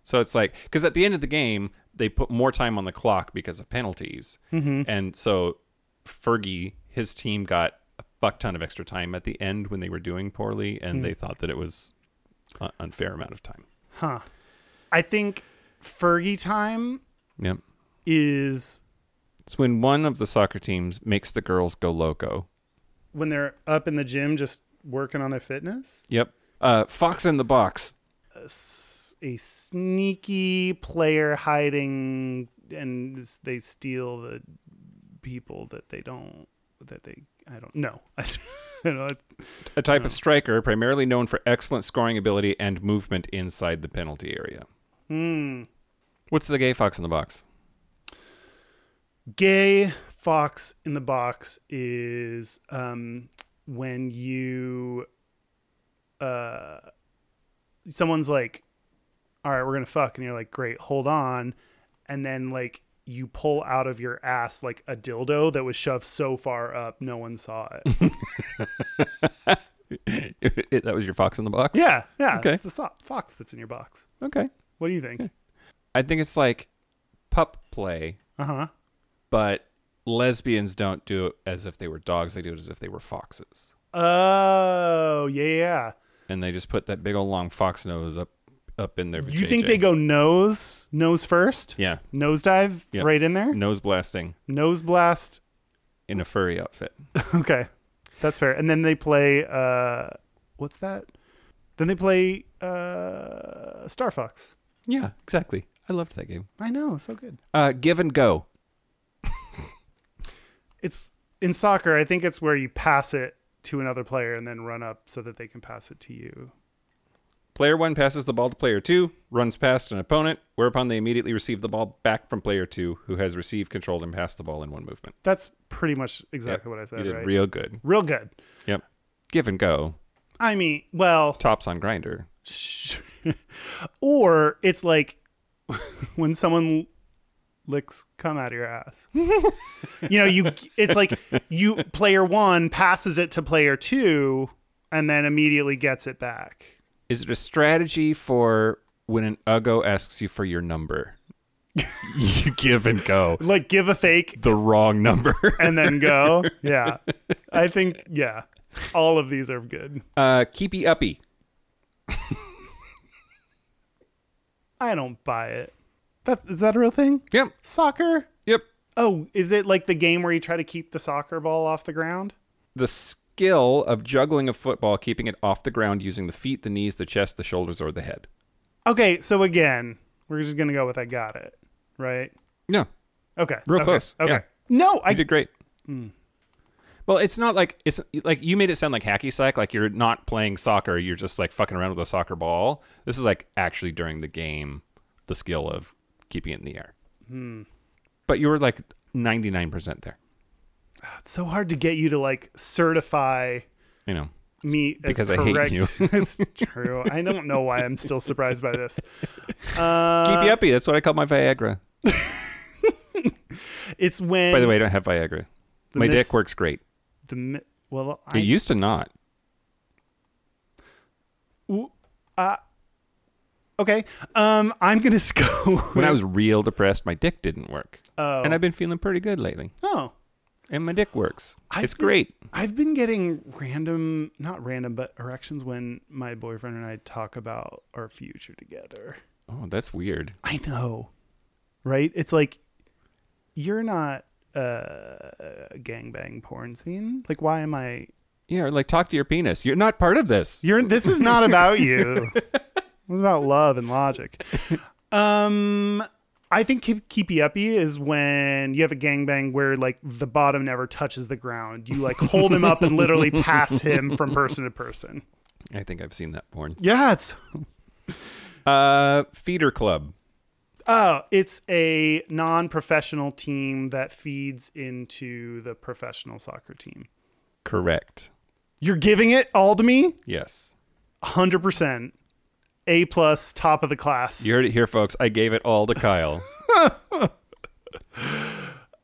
S2: So it's like because at the end of the game they put more time on the clock because of penalties, and so Fergie his team got a fuck ton of extra time at the end when they were doing poorly, and they thought that it was an unfair amount of time.
S3: Huh. I think Fergie time
S2: Yep,
S3: is
S2: it's when one of the soccer teams makes the girls go loco.
S3: when they're up in the gym just working on their fitness.
S2: Yep, uh, Fox in the box.
S3: s- a sneaky player hiding and s- they steal the people that they don't that they I don't know. I don't know.
S2: A type of striker primarily known for excellent scoring ability and movement inside the penalty area.
S3: Hmm.
S2: What's the gay fox in the box?
S3: Gay fox in the box is um, when you uh, someone's like, "All right, we're gonna fuck," and you're like, "Great, hold on," and then like you pull out of your ass like a dildo that was shoved so far up no one saw it.
S2: It- that was your fox in the box?
S3: yeah, yeah,
S2: Okay.
S3: it's the so- fox that's in your box.
S2: Okay.
S3: What do you think?
S2: I think it's like pup play,
S3: Uh huh.
S2: but lesbians don't do it as if they were dogs. They do it as if they were foxes.
S3: Oh yeah, yeah.
S2: And they just put that big old long fox nose up up in their
S3: You think
S2: vajayjay.
S3: they go nose, nose first,
S2: Yeah.
S3: nose dive
S2: Yep.
S3: right in there,
S2: Nose blasting
S3: nose blast.
S2: in a furry outfit.
S3: Okay, that's fair. And then they play. uh What's that? Then they play uh Star Fox.
S2: Yeah, exactly. I loved that game.
S3: I know, so good.
S2: Uh, give and go.
S3: It's in soccer. I think it's where you pass it to another player and then run up so that they can pass it to you.
S2: Player one passes the ball to player two, runs past an opponent, whereupon they immediately receive the ball back from player two, who has received, controlled, and passed the ball in one movement.
S3: That's pretty much exactly
S2: Yep.
S3: what I
S2: You
S3: said.
S2: did
S3: Right?
S2: real good.
S3: real good.
S2: Yep. Give and go.
S3: I mean, well,
S2: Tops on grinder.
S3: or it's like when someone licks come out of your ass you know you it's like you player one passes it to player two and then immediately gets it back
S2: Is it a strategy for when an uggo asks you for your number? you give and go.
S3: like give a fake
S2: The wrong number.
S3: and then go yeah i think yeah all of these are good
S2: Uh, keepy uppy.
S3: i don't buy it that is that a real thing
S2: Yep.
S3: soccer
S2: Yep.
S3: oh is it like the game where you try to keep the soccer ball off the ground
S2: The skill of juggling a football, keeping it off the ground using the feet, the knees, the chest, the shoulders, or the head.
S3: okay so again we're just gonna go with i got it right
S2: No,
S3: Okay.
S2: Real
S3: okay,
S2: close,
S3: Okay.
S2: yeah.
S3: No, I Hmm.
S2: You did great. Well, it's not like it's like you made it sound like hacky sack, like you're not playing soccer, you're just like fucking around with a soccer ball. This is like actually during the game, the skill of keeping it in the air.
S3: Hmm.
S2: But you were like 99% there,
S3: it's so hard to get you to like certify
S2: you know.
S3: me as
S2: because I hate
S3: correct.
S2: you.
S3: it's true. I don't know why I'm still surprised by this. Uh,
S2: Keepy uppy, that's what I call my Viagra.
S3: It's when
S2: By the way, I don't have Viagra.
S3: the
S2: My
S3: mis-
S2: dick works great.
S3: the mi- well
S2: It
S3: I
S2: used to not.
S3: ooh, uh, okay. Um I'm going to go
S2: When I was real depressed, my dick didn't work.
S3: Oh.
S2: And I've been feeling pretty good lately.
S3: Oh.
S2: And my dick works.
S3: I've
S2: it's
S3: been-
S2: great.
S3: I've been getting random not random but erections when my boyfriend and I talk about our future together.
S2: Oh, that's weird.
S3: I know. Right? It's like you're not uh gangbang porn scene. Like why am I
S2: Yeah, or like talk to your penis. You're not part of this.
S3: You're this is not about you. It was about love and logic. Um I think keep, keepy uppy is when you have a gangbang where like the bottom never touches the ground. You like hold him up and literally pass him from person to person.
S2: I think I've seen that porn.
S3: Yeah, it's
S2: Uh, feeder club.
S3: Oh, it's a non-professional team that feeds into the professional soccer team.
S2: Correct.
S3: You're giving it all to me?
S2: Yes.
S3: 100%. A plus, top of the class.
S2: You heard it here, folks. I gave it all to Kyle.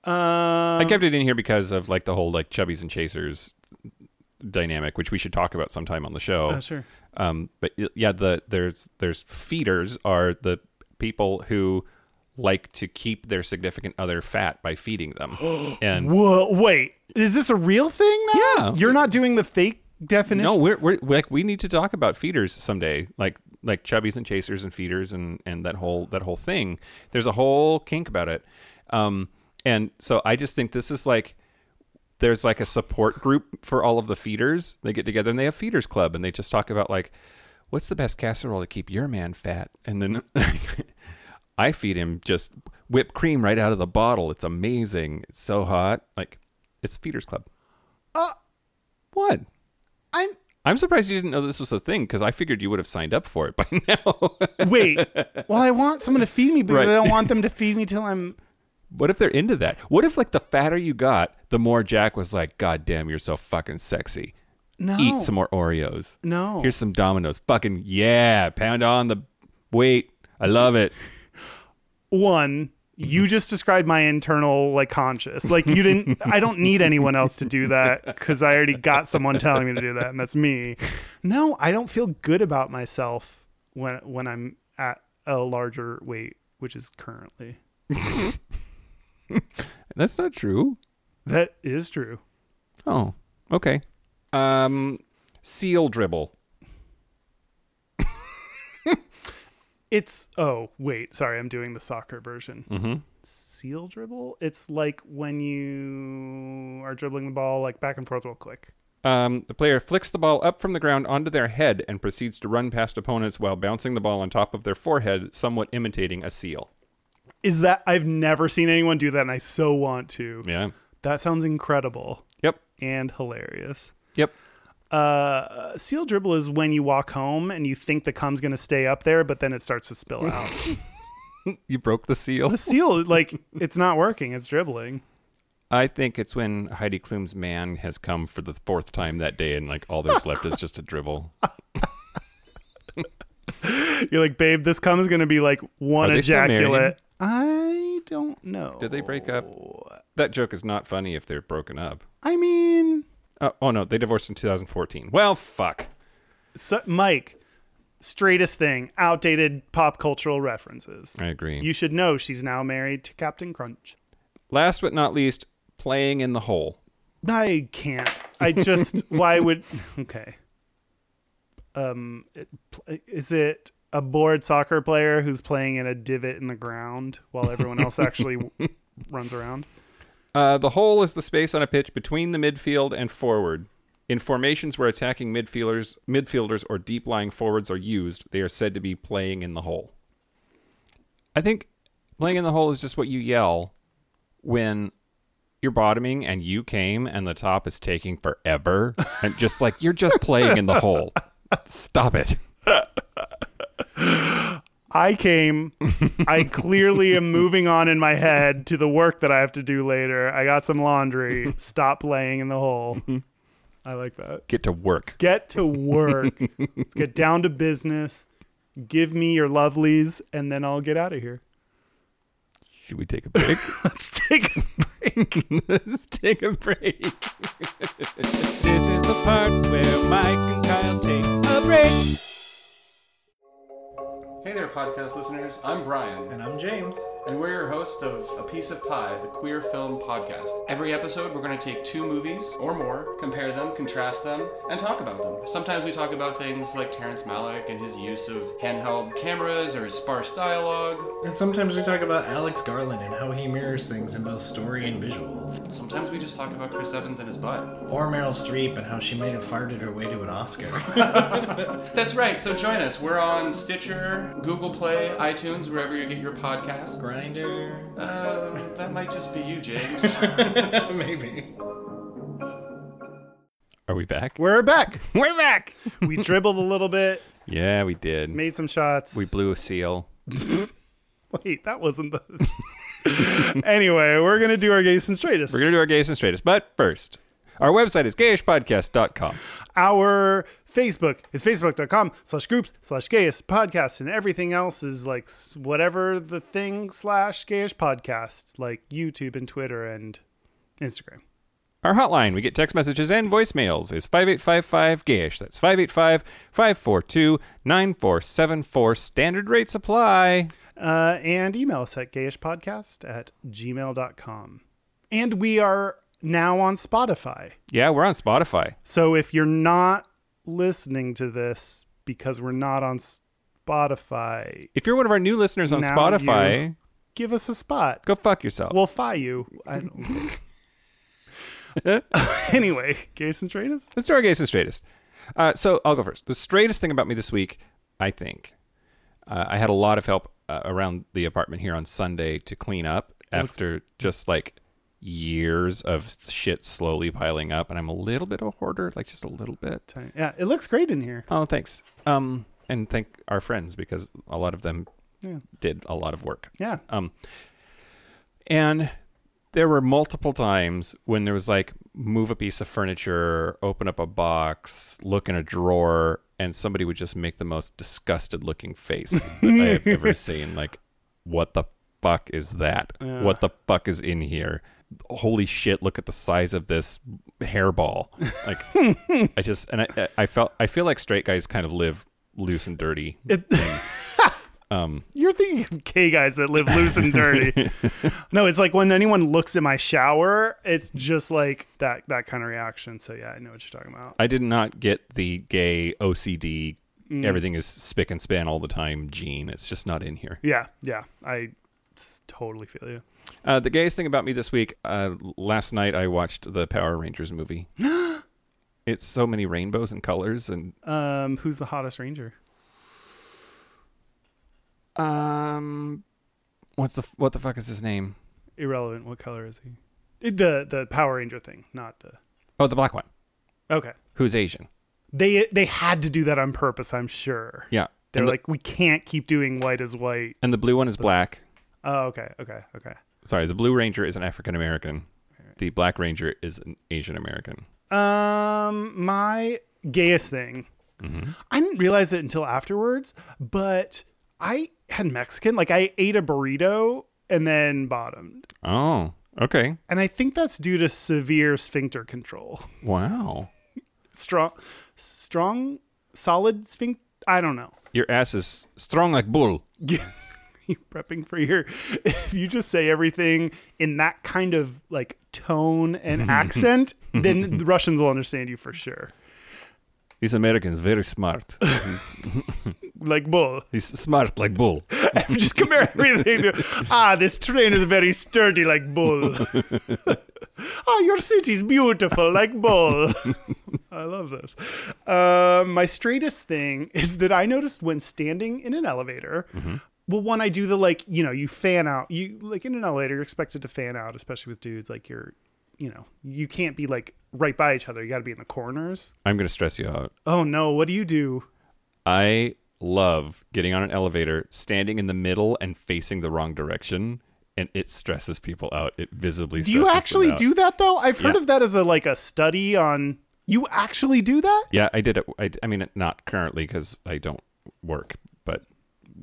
S3: Um,
S2: I kept it in here because of like the whole like chubbies and chasers dynamic, which we should talk about sometime on the show.
S3: Oh, sure.
S2: Um, but y- yeah, the there's there's feeders are the people who like to keep their significant other fat by feeding them. and
S3: Whoa, wait. Is this a real thing now?
S2: Yeah.
S3: You're not doing the fake definition?
S2: No, we're, we're like we need to talk about feeders someday, like like chubbies and chasers and feeders and and that whole that whole thing. There's a whole kink about it, um, and so I just think this is like there's like a support group for all of the feeders. They get together and they have feeders club and they just talk about like what's the best casserole to keep your man fat, and then. I feed him just whipped cream right out of the bottle. It's amazing. It's so hot. Like, it's Feeders Club. Uh, what?
S3: I'm.
S2: I'm surprised you didn't know this was a thing because I figured you would have signed up for it by now.
S3: Wait. well, I want someone to feed me, but
S2: Right.
S3: I don't want them to feed me till I'm
S2: What if they're into that? What if like the fatter you got, the more Jack was like, "God damn, you're so fucking sexy.
S3: No.
S2: Eat some more Oreos.
S3: No.
S2: Here's some Dominoes. Fucking yeah, pound on the weight. I love it.
S3: one you just described my internal like conscious like you didn't i don't need anyone else to do that because i already got someone telling me to do that and that's me no i don't feel good about myself when when i'm at a larger weight which is currently
S2: That's not true.
S3: that is true
S2: Oh, okay. Um, seal dribble.
S3: it's oh wait sorry i'm doing the soccer version mm-hmm. seal dribble it's like when you are dribbling the ball like back and forth real quick
S2: Um, the player flicks the ball up from the ground onto their head and proceeds to run past opponents while bouncing the ball on top of their forehead, somewhat imitating a seal.
S3: is that i've never seen anyone do that and i so want to
S2: Yeah.
S3: That sounds incredible
S2: Yep.
S3: and hilarious.
S2: Yep.
S3: Uh, seal dribble is when you walk home and you think the cum's going to stay up there, but then it starts to spill out.
S2: You broke the seal.
S3: the seal, like, it's not working. It's dribbling.
S2: I think it's when Heidi Klum's man has come for the fourth time that day, and like all there's left is just a dribble.
S3: You're like, babe, this cum is going to be like one
S2: Are they still
S3: ejaculate. I don't know.
S2: Did they break up? That joke is not funny if they're broken up.
S3: I mean,
S2: Uh, oh no, they divorced in 2014. Well, fuck.
S3: so, Mike, straightest thing, outdated pop cultural references.
S2: I agree.
S3: You should know she's now married to Captain Crunch.
S2: Last but not least, playing in the hole.
S3: I can't. I just why would okay. Um it, pl- is it a bored soccer player who's playing in a divot in the ground while everyone else actually w- runs around?
S2: Uh, the hole is the space on a pitch between the midfield and forward. In formations where attacking midfielders, midfielders or deep lying forwards are used, they are said to be playing in the hole. I think playing in the hole is just what you yell when you're bottoming and you came and the top is taking forever and just like you're just playing in the hole. Stop it.
S3: I came. I clearly am moving on in my head to the work that I have to do later. I got some laundry. Stop playing in the hole. I like that.
S2: Get to work.
S3: Get to work. Let's get down to business. Give me your lovelies and then I'll get out of here.
S2: Should we take a break?
S3: Let's take a
S2: Let's take a break. this is the part where Mike and Kyle take a break.
S4: Hey there, podcast listeners. I'm Brian,
S5: And I'm James.
S4: and we're your hosts of A Piece of Pie, the queer film podcast. Every episode, we're going to take two movies or more, compare them, contrast them, and talk about them. Sometimes we talk about things like Terrence Malick and his use of handheld cameras or his sparse dialogue.
S5: And sometimes we talk about Alex Garland and how he mirrors things in both story and visuals.
S4: Sometimes we just talk about Chris Evans and his butt.
S5: Or Meryl Streep and how she might have farted her way to an Oscar.
S4: That's right, so join us. We're on Stitcher, Google Play, iTunes, wherever you get your podcasts.
S5: Grinder.
S4: Uh, that might just be you, James.
S5: Maybe.
S2: Are we back?
S3: We're back. We're back. We dribbled a little bit,
S2: Yeah, we did.
S3: made some shots.
S2: We blew a seal.
S3: Wait, that wasn't the. anyway, we're gonna do our gays and straightest.
S2: We're going to do our gays and straightest, but first, our website is gayishpodcast.com.
S3: Our Facebook is facebook.com slash groups slash gayish podcast, and everything else is like s- whatever the thing slash gayish podcast, like YouTube and Twitter and Instagram.
S2: Our hotline, we get text messages and voicemails, is 5855 gayish. That's 585 542 9474. Standard rates apply.
S3: Uh, and email us at gayishpodcast at gmail.com. And we are now on Spotify.
S2: Yeah, we're on Spotify.
S3: So if you're not listening to this because we're not on Spotify,
S2: If you're one of our new listeners on
S3: Now
S2: Spotify,
S3: give us a spot.
S2: go fuck yourself.
S3: We'll fi you. I don't. anyway, gays and straightas.
S2: Let's do our gayest and straightest. Uh, so I'll go first. The straightest thing about me this week, I think, uh, I had a lot of help uh, around the apartment here on Sunday to clean up after just like years of shit slowly piling up, and I'm a little bit of a hoarder, like just a little bit.
S3: Yeah, it looks great in here.
S2: Oh, thanks. Um, and thank our friends because a lot of them did a lot of work.
S3: Yeah.
S2: Um, And there were multiple times when there was like move a piece of furniture, open up a box, look in a drawer, and somebody would just make the most disgusted looking face that I have ever seen. Like, what the fuck is that? What the fuck is in here? Holy shit, look at the size of this hairball. Like I just and I I felt I feel like straight guys kind of live loose and dirty.
S3: You're thinking of gay guys that live loose and dirty. no, it's like when anyone looks at my shower, it's just like that that kind of reaction. So yeah, I know what you're talking about.
S2: I did not get the gay OCD.
S3: Mm.
S2: Everything is spick and span all the time. Gene, it's just not in here.
S3: Yeah, yeah, I s- totally feel you.
S2: Uh, the gayest thing about me this week. Uh, last night I watched the Power Rangers movie. it's so many rainbows and colors, and
S3: Um, who's the hottest ranger?
S2: um, what's the f- what the fuck is his name?
S3: Irrelevant. What color is he? It- The the Power Ranger thing, not the.
S2: Oh, the black one,
S3: Okay,
S2: who's Asian.
S3: they they had to do that on purpose. I'm sure.
S2: Yeah,
S3: They're
S2: and the,
S3: like, we can't keep doing white as white.
S2: and the blue one is black.
S3: Oh, okay, okay, okay.
S2: Sorry, the blue ranger is an African American. The black ranger is an Asian American.
S3: Um, my gayest thing.
S2: Mm-hmm.
S3: I didn't realize it until afterwards, but I had Mexican. Like I ate a burrito and then bottomed,
S2: Oh, okay.
S3: and I think that's due to severe sphincter control.
S2: Wow.
S3: Strong, strong, solid sphincter. I don't know.
S2: Your ass is strong like bull.
S3: you prepping for your if you just say everything in that kind of like tone and accent then the russians will understand you for sure
S2: These Americans very smart.
S3: like bull
S2: He's smart like bull.
S3: just compare everything to, ah this train is very sturdy like bull ah your city's beautiful like bull i love this um, my straightest thing is that i noticed when standing in an elevator well one i do the like you know you fan out you like in an elevator you're expected to fan out especially with dudes like you're you know you can't be like right by each other you got to be in the corners
S2: I'm gonna stress you out.
S3: oh no what do you do
S2: I love getting on an elevator, standing in the middle and facing the wrong direction, and it stresses people out. It visibly
S3: Do you
S2: stresses them
S3: actually
S2: out.
S3: do that though? I've heard
S2: Yeah.
S3: of that as a like a study on. You actually do that?
S2: Yeah, I did it. I, I mean, not currently because I don't work, but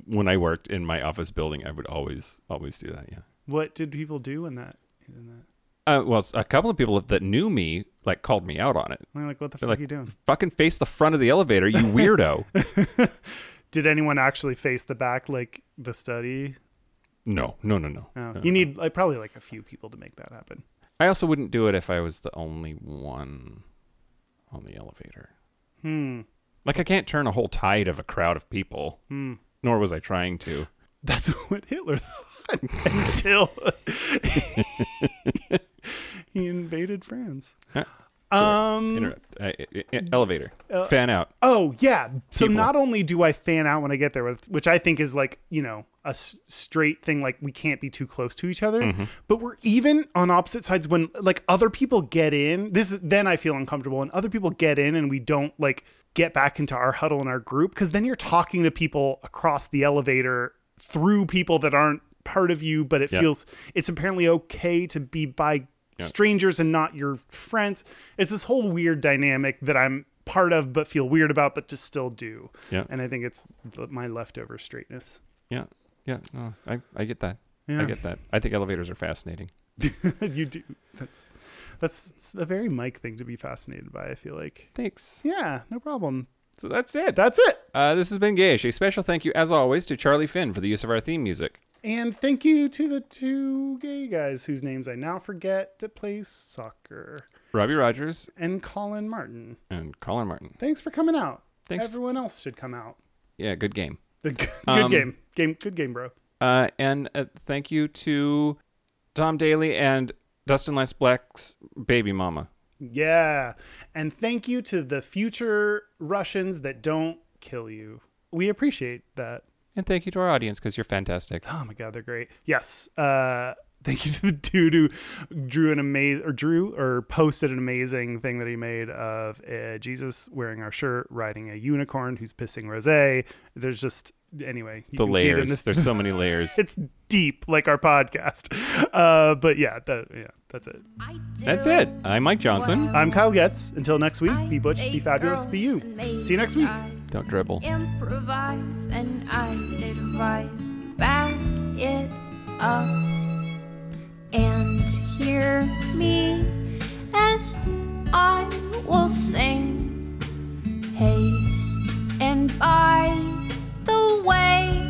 S2: when I worked in my office building, I would always, always do that. Yeah.
S3: What did people do in that? In that?
S2: Uh, well, a couple of people that knew me like called me out on it.
S3: I'm like, what the
S2: They're
S3: fuck
S2: like,
S3: are you doing?
S2: Fucking face the front of the elevator, you weirdo.
S3: Did anyone actually face the back like the study?
S2: no, no, no, no.
S3: No.
S2: No.
S3: You need like probably like a few people to make that happen.
S2: I also wouldn't do it if I was the only one on the elevator. Hmm. Like I can't turn a whole tide of a crowd of people. Hmm. Nor was I trying to.
S3: That's what Hitler thought until he invaded France.
S2: Huh.
S3: Um.
S2: Interrupt. I- I- I- elevator. Fan out.
S3: Oh yeah. So
S2: People.
S3: not only do I fan out when I get there, which- which I think is like you know a s- straight thing, like we can't be too close to each other,
S2: Mm-hmm.
S3: but we're even on opposite sides when like other people get in. This is- then I feel uncomfortable when other people get in and we don't like get back into our huddle in our group because then you're talking to people across the elevator through people that aren't part of you, but it
S2: Yeah.
S3: feels it's apparently okay to be by strangers and not your friends. It's this whole weird dynamic that I'm part of but feel weird about, but to still do.
S2: Yeah.
S3: And I think it's th- my leftover straightness.
S2: Yeah. Yeah. No. I, I get that.
S3: Yeah.
S2: I get that. I think elevators are fascinating.
S3: you do. That's that's a very Mike thing to be fascinated by. I feel like.
S2: Thanks.
S3: Yeah, no problem.
S2: So that's it.
S3: That's it.
S2: Uh, this has been Gayish. A special thank you, as always, to Charlie Finn for the use of our theme music.
S3: And thank you to the two gay guys whose names I now forget that play soccer
S2: Robbie Rogers
S3: and Colin Martin.
S2: and Colin Martin.
S3: Thanks for coming out.
S2: Thanks.
S3: Everyone else should come out.
S2: Yeah, good game.
S3: Good
S2: Um,
S3: game. Game good game, bro.
S2: Uh, and uh, thank you to Tom Daly and Dustin Lance Black's baby mama.
S3: Yeah. And thank you to the future Russians that don't kill you. We appreciate that.
S2: And thank you to our audience because you're fantastic.
S3: Oh my God, they're great. Yes. Uh, Thank you to the dude who drew an amazing or drew or posted an amazing thing that he made of uh, Jesus wearing our shirt, riding a unicorn who's pissing rosé. There's just anyway you
S2: The
S3: can see it in
S2: layers.
S3: this-
S2: There's so many layers.
S3: it's deep like our podcast. Uh, but yeah, that yeah, that's it.
S1: I do.
S2: That's it. I'm Mike Johnson.
S3: I'm Kyle Getz. Until next week,
S1: I
S3: be butch, be
S1: date
S3: fabulous, be
S1: girls
S3: you.
S1: and made
S3: See you next week.
S1: eyes.
S2: Don't dribble.
S1: Improvise and I'd advise you back it up and hear me as I will sing. Hey, and by the way,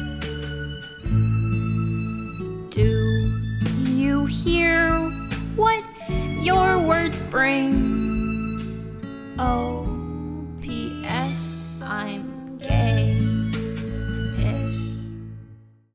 S1: do you hear what your words bring? Oh.